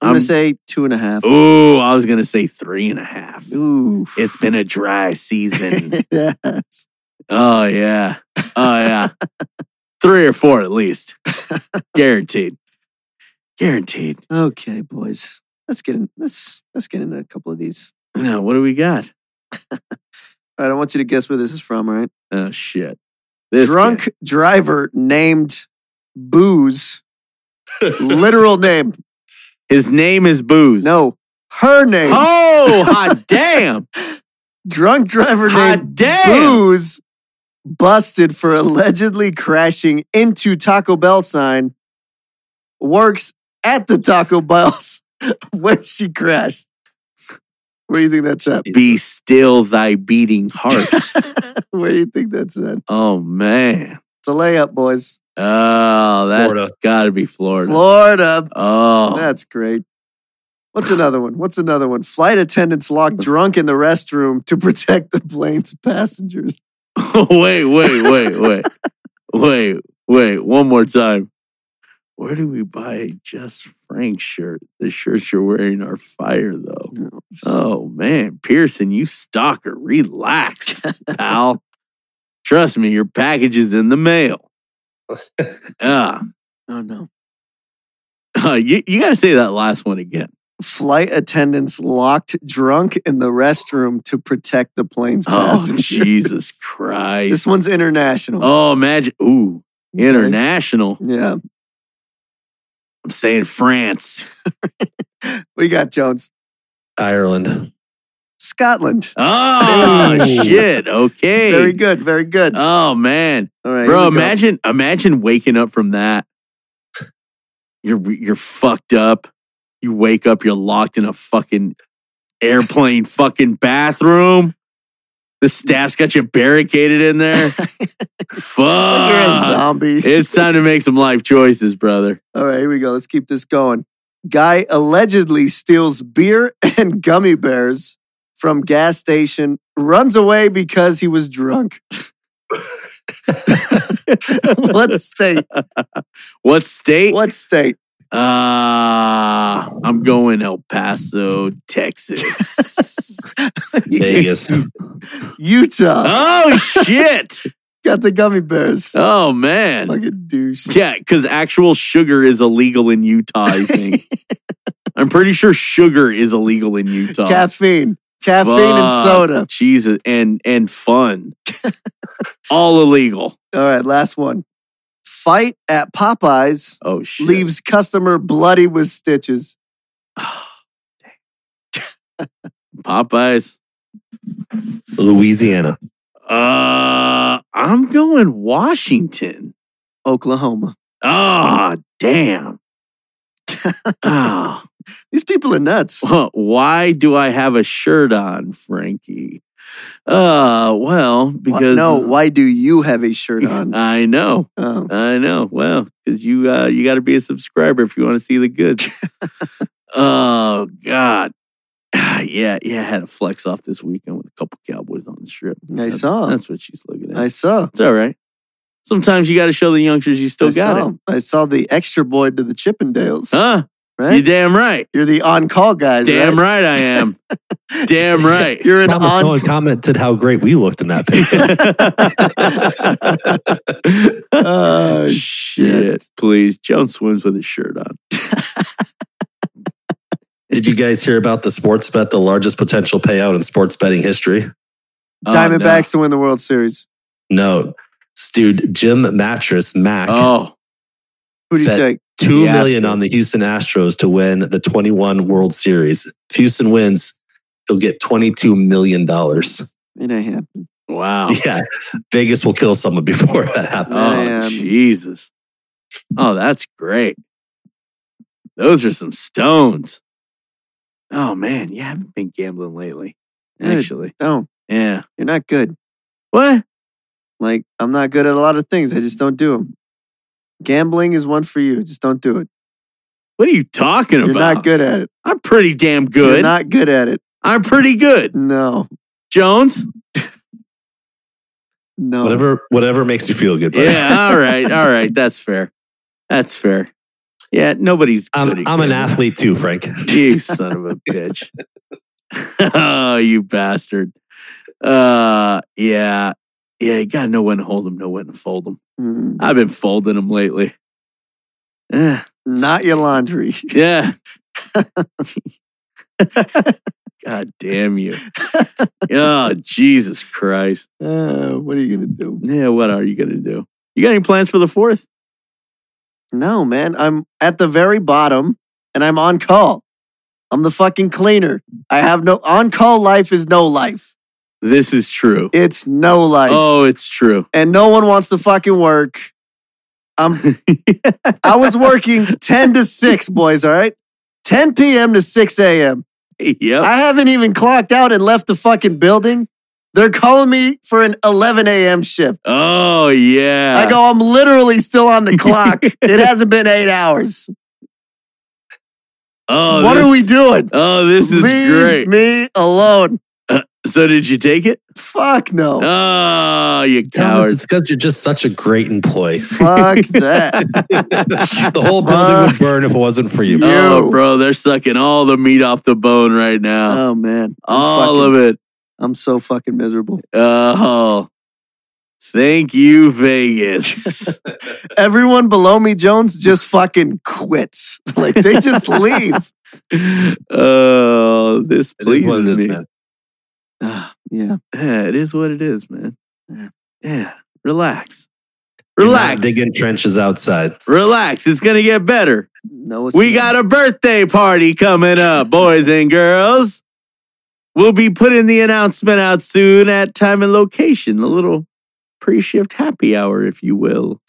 Speaker 3: I'm gonna
Speaker 2: Um,
Speaker 3: say two and a half.
Speaker 2: Ooh, I was gonna say three and a half.
Speaker 3: Ooh.
Speaker 2: It's been a dry season.
Speaker 3: yes.
Speaker 2: Oh yeah. Oh yeah. Three or four at least. Guaranteed. Guaranteed.
Speaker 3: Okay, boys. Let's get in. Let's let's get into a couple of these.
Speaker 2: Now what do we got?
Speaker 3: All right, I want you to guess where this is from. All right.
Speaker 2: Oh shit. This
Speaker 3: Drunk
Speaker 2: guy.
Speaker 3: driver named Booze. Literal name.
Speaker 2: His name is Booze.
Speaker 3: No, her name.
Speaker 2: Oh hot damn.
Speaker 3: Drunk driver named
Speaker 2: hot damn.
Speaker 3: Booze busted for allegedly crashing into Taco Bell sign. Works at the Taco Bell's where she crashed. Where do you think that's at?
Speaker 2: Be still thy beating heart.
Speaker 3: Where do you think that's at?
Speaker 2: oh man.
Speaker 3: It's a layup, boys.
Speaker 2: Oh, that's
Speaker 4: Florida.
Speaker 2: gotta be Florida.
Speaker 3: Florida.
Speaker 2: oh.
Speaker 3: That's great. What's another one? What's another one? Flight attendants locked drunk in the restroom to protect the plane's passengers.
Speaker 2: wait, wait, wait, wait, wait, wait. One more time. Where do we buy a Just Frank shirt? The shirts you're wearing are fire, though. Oh man, Pearson, you stalker, relax, pal. Trust me, your package is in the mail. Ah,
Speaker 3: Oh no.
Speaker 2: uh, you you got to say that last one again.
Speaker 3: Flight attendants locked drunk in the restroom to protect the plane's
Speaker 2: Oh
Speaker 3: passengers.
Speaker 2: Jesus Christ!
Speaker 3: This one's international.
Speaker 2: Oh, imagine. Ooh,
Speaker 3: Okay.
Speaker 2: international.
Speaker 3: Yeah.
Speaker 2: I'm saying France.
Speaker 3: We got Jones.
Speaker 4: Ireland.
Speaker 3: Scotland.
Speaker 2: Oh shit. Okay.
Speaker 3: Very good. Very good.
Speaker 2: Oh man.
Speaker 3: All right.
Speaker 2: Bro,
Speaker 3: here we go.
Speaker 2: imagine imagine waking up from that. You're you're fucked up. You wake up, you're locked in a fucking airplane fucking bathroom. The staff's got you barricaded in there.
Speaker 3: You're a
Speaker 2: Fuck.
Speaker 3: zombie.
Speaker 2: It's time to make some life choices, brother.
Speaker 3: All right, here we go. Let's keep this going. Guy allegedly steals beer and gummy bears from gas station, runs away because he was drunk. what state?
Speaker 2: What state?
Speaker 3: What state?
Speaker 2: Uh I'm going El Paso, Texas.
Speaker 4: Vegas.
Speaker 3: Utah.
Speaker 2: oh shit.
Speaker 3: Got the gummy bears.
Speaker 2: Oh man.
Speaker 3: Fucking douche.
Speaker 2: Yeah, because actual sugar is illegal in Utah, I think. I'm pretty sure sugar is illegal in Utah.
Speaker 3: Caffeine. Caffeine and
Speaker 2: Fuck,
Speaker 3: soda.
Speaker 2: Jesus, and and fun. All illegal.
Speaker 3: All right, last one. Fight at Popeyes
Speaker 2: Oh shit.
Speaker 3: leaves customer bloody with stitches.
Speaker 2: Popeyes.
Speaker 4: Louisiana.
Speaker 2: Uh I'm going Washington.
Speaker 3: Oklahoma.
Speaker 2: Ah, damn. Ah,
Speaker 3: These people are nuts.
Speaker 2: huh, why do I have a shirt on, Frankie? Uh, well,
Speaker 3: Why-
Speaker 2: because uh,
Speaker 3: no, why do you have a shirt on?
Speaker 2: I know.
Speaker 3: Oh,
Speaker 2: I know. Well, because you uh, you got to be a subscriber if you want to see the goods. oh God, Ah, yeah, yeah. I had a flex off this weekend with a couple Cowboys on the strip.
Speaker 3: I
Speaker 2: That's-
Speaker 3: saw.
Speaker 2: That's what she's looking at.
Speaker 3: I saw.
Speaker 2: It's all right. Sometimes you got to show the youngsters you still
Speaker 3: I
Speaker 2: got
Speaker 3: saw.
Speaker 2: it,
Speaker 3: I saw the extra boy to the Chippendales.
Speaker 2: huh?
Speaker 3: Right?
Speaker 2: You damn right.
Speaker 3: You're the on-call guys.
Speaker 2: Damn right. I am. damn right.
Speaker 3: You're an
Speaker 4: Promise no
Speaker 3: on.
Speaker 4: one commented how great we looked in that picture.
Speaker 3: Oh,
Speaker 2: shit! Please, Joan swims with his shirt on.
Speaker 4: Did you guys hear about the sports bet, the largest potential payout in sports betting history?
Speaker 2: Oh,
Speaker 3: Diamondbacks to win the World Series.
Speaker 4: No. This dude, Jim Mattress Mac,
Speaker 2: no. Oh,
Speaker 3: Who do you
Speaker 4: Bet.
Speaker 3: take?
Speaker 4: two
Speaker 2: the
Speaker 4: million
Speaker 2: Astros.
Speaker 4: on the Houston Astros to win the 21 World Series. If Houston wins, he'll get 22 million dollars.
Speaker 3: It ain't happening.
Speaker 2: wow.
Speaker 4: Yeah, Vegas will kill someone before that happens.
Speaker 2: Oh
Speaker 3: Man.
Speaker 2: Jesus! Oh, that's great. Those are some stones. Oh man, you haven't been gambling lately,
Speaker 3: Good.
Speaker 2: actually.
Speaker 3: No,
Speaker 2: Yeah.
Speaker 3: you're not good.
Speaker 2: What?
Speaker 3: Like I'm not good at a lot of things. I just don't do them. Gambling is one for you. Just don't do it.
Speaker 2: What are you talking
Speaker 3: You're
Speaker 2: about?
Speaker 3: not good at it.
Speaker 2: I'm pretty damn
Speaker 3: You're
Speaker 2: good.
Speaker 3: not good at it.
Speaker 2: I'm pretty good,
Speaker 3: No,
Speaker 2: Jones.
Speaker 3: no.
Speaker 4: Whatever, whatever makes you feel good. buddy.
Speaker 2: Yeah. All right. All right. That's fair. That's fair. Yeah. Nobody's. good
Speaker 4: I'm,
Speaker 2: at
Speaker 4: I'm an
Speaker 2: gambling.
Speaker 4: athlete too, Frank.
Speaker 2: You son of a bitch. oh, you bastard. Uh yeah. Yeah, you gotta know when to hold them, know when to fold them.
Speaker 3: Mm,
Speaker 2: I've been folding them lately. Eh,
Speaker 3: Not your laundry.
Speaker 2: yeah. God damn you. Oh, Jesus Christ.
Speaker 3: Uh, what are you gonna do?
Speaker 2: Yeah, what are you gonna do? You got any plans for the fourth?
Speaker 3: No, man. I'm at the very bottom and I'm on call. I'm the fucking cleaner. I have no on call life is no life.
Speaker 2: This is true.
Speaker 3: It's no life.
Speaker 2: Oh, it's true.
Speaker 3: And no one wants to fucking work. I'm I was working 10 to 6, boys, all right? 10 p.m. to 6 a.m.
Speaker 2: yep.
Speaker 3: I haven't even clocked out and left the fucking building. They're calling me for an 11 a.m. shift.
Speaker 2: oh yeah.
Speaker 3: I go, I'm literally still on the clock. it hasn't been eight hours.
Speaker 2: oh,
Speaker 3: what
Speaker 2: this-
Speaker 3: are we doing?
Speaker 2: Oh, this is
Speaker 3: Leave
Speaker 2: great.
Speaker 3: me alone.
Speaker 2: So did you take it?
Speaker 3: Fuck no.
Speaker 2: Oh, you
Speaker 4: Tell us
Speaker 2: coward.
Speaker 4: It's because you're just such a great employee.
Speaker 3: Fuck that.
Speaker 4: the whole building would burn if it wasn't for you.
Speaker 3: Yeah.
Speaker 2: Oh,
Speaker 3: you.
Speaker 2: bro, they're sucking all the meat off the bone right now.
Speaker 3: Oh man. I'm
Speaker 2: all
Speaker 3: fucking,
Speaker 2: of it.
Speaker 3: I'm so fucking miserable.
Speaker 2: Oh, thank you, Vegas.
Speaker 3: Everyone below me, Jones, just fucking quits. Like they just leave.
Speaker 2: oh, this
Speaker 4: It is what it
Speaker 2: pleases
Speaker 4: is,
Speaker 2: me.
Speaker 4: man.
Speaker 3: Ah, yeah.
Speaker 2: Yeah, it is what it is, man.
Speaker 3: Yeah.
Speaker 2: Yeah, relax.
Speaker 4: You're not
Speaker 2: Relax.
Speaker 4: Digging trenches outside.
Speaker 2: Relax. It's going to get better.
Speaker 3: No, it's
Speaker 2: We got a birthday party coming up, boys and girls. We'll be putting the announcement out soon at time and location, a little pre shift happy hour, if you will.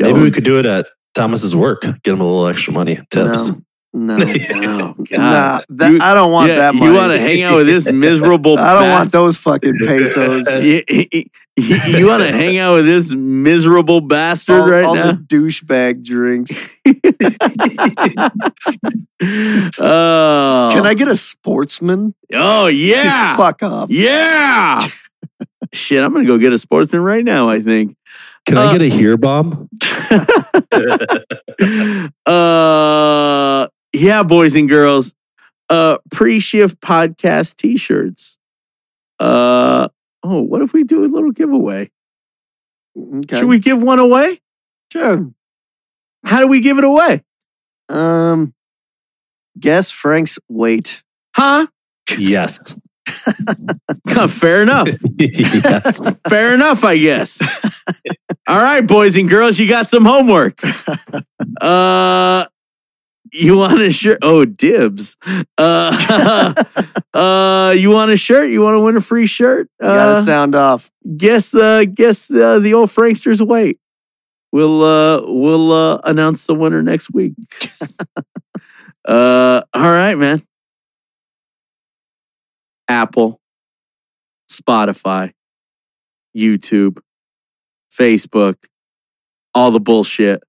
Speaker 4: Maybe we could do it at Thomas's work. Get him a little extra money. Tips.
Speaker 3: No, no,
Speaker 2: Oh, God.
Speaker 3: nah, that,
Speaker 2: You-
Speaker 3: I don't want
Speaker 2: yeah,
Speaker 3: that money.
Speaker 2: You want to hang out with this miserable
Speaker 3: I don't
Speaker 2: bas-
Speaker 3: want those fucking pesos.
Speaker 2: you, want to hang out with this miserable bastard
Speaker 3: all
Speaker 2: right
Speaker 3: all
Speaker 2: now?
Speaker 3: the douchebag drinks.
Speaker 2: oh,
Speaker 3: Can I get a sportsman?
Speaker 2: Oh yeah,
Speaker 3: Fuck off.
Speaker 2: yeah. Shit, I'm gonna go get a sportsman right now. I think.
Speaker 4: Can
Speaker 2: Uh,
Speaker 4: I get a here bomb?
Speaker 2: Uh, yeah, boys and girls. Uh, pre-shift podcast T-shirts. Uh, oh, what if we do a little giveaway?
Speaker 3: Okay.
Speaker 2: Should we give one away?
Speaker 3: Sure.
Speaker 2: How do we give it away?
Speaker 3: Um, guess Frank's weight.
Speaker 2: Huh?
Speaker 4: Yes.
Speaker 2: Fair enough.
Speaker 4: yes.
Speaker 2: Fair enough, I guess. All right, boys and girls, you got some homework. Uh you want a shirt? Oh, dibs. Uh, uh you want a shirt? You want to win a free shirt?
Speaker 3: Gotta
Speaker 2: Uh,
Speaker 3: sound off.
Speaker 2: guess uh guess uh, the old Frankster's weight. We'll uh we'll uh announce the winner next week. uh all right, man. Apple, Spotify, YouTube, Facebook, all the bullshit.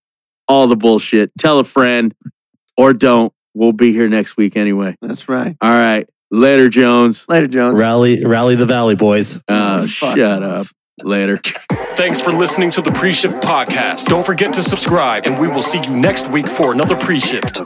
Speaker 2: All the bullshit. Tell a friend or don't. We'll be here next week anyway.
Speaker 3: That's right.
Speaker 2: All right. Later, Jones.
Speaker 3: Later, Jones.
Speaker 4: Rally, rally the valley, boys.
Speaker 2: Uh,
Speaker 3: Oh, Fuck
Speaker 2: shut up.
Speaker 3: off.
Speaker 2: Later.
Speaker 1: Thanks for listening to the Pre Shift Podcast. Don't forget to subscribe, and we will see you next week for another Pre Shift.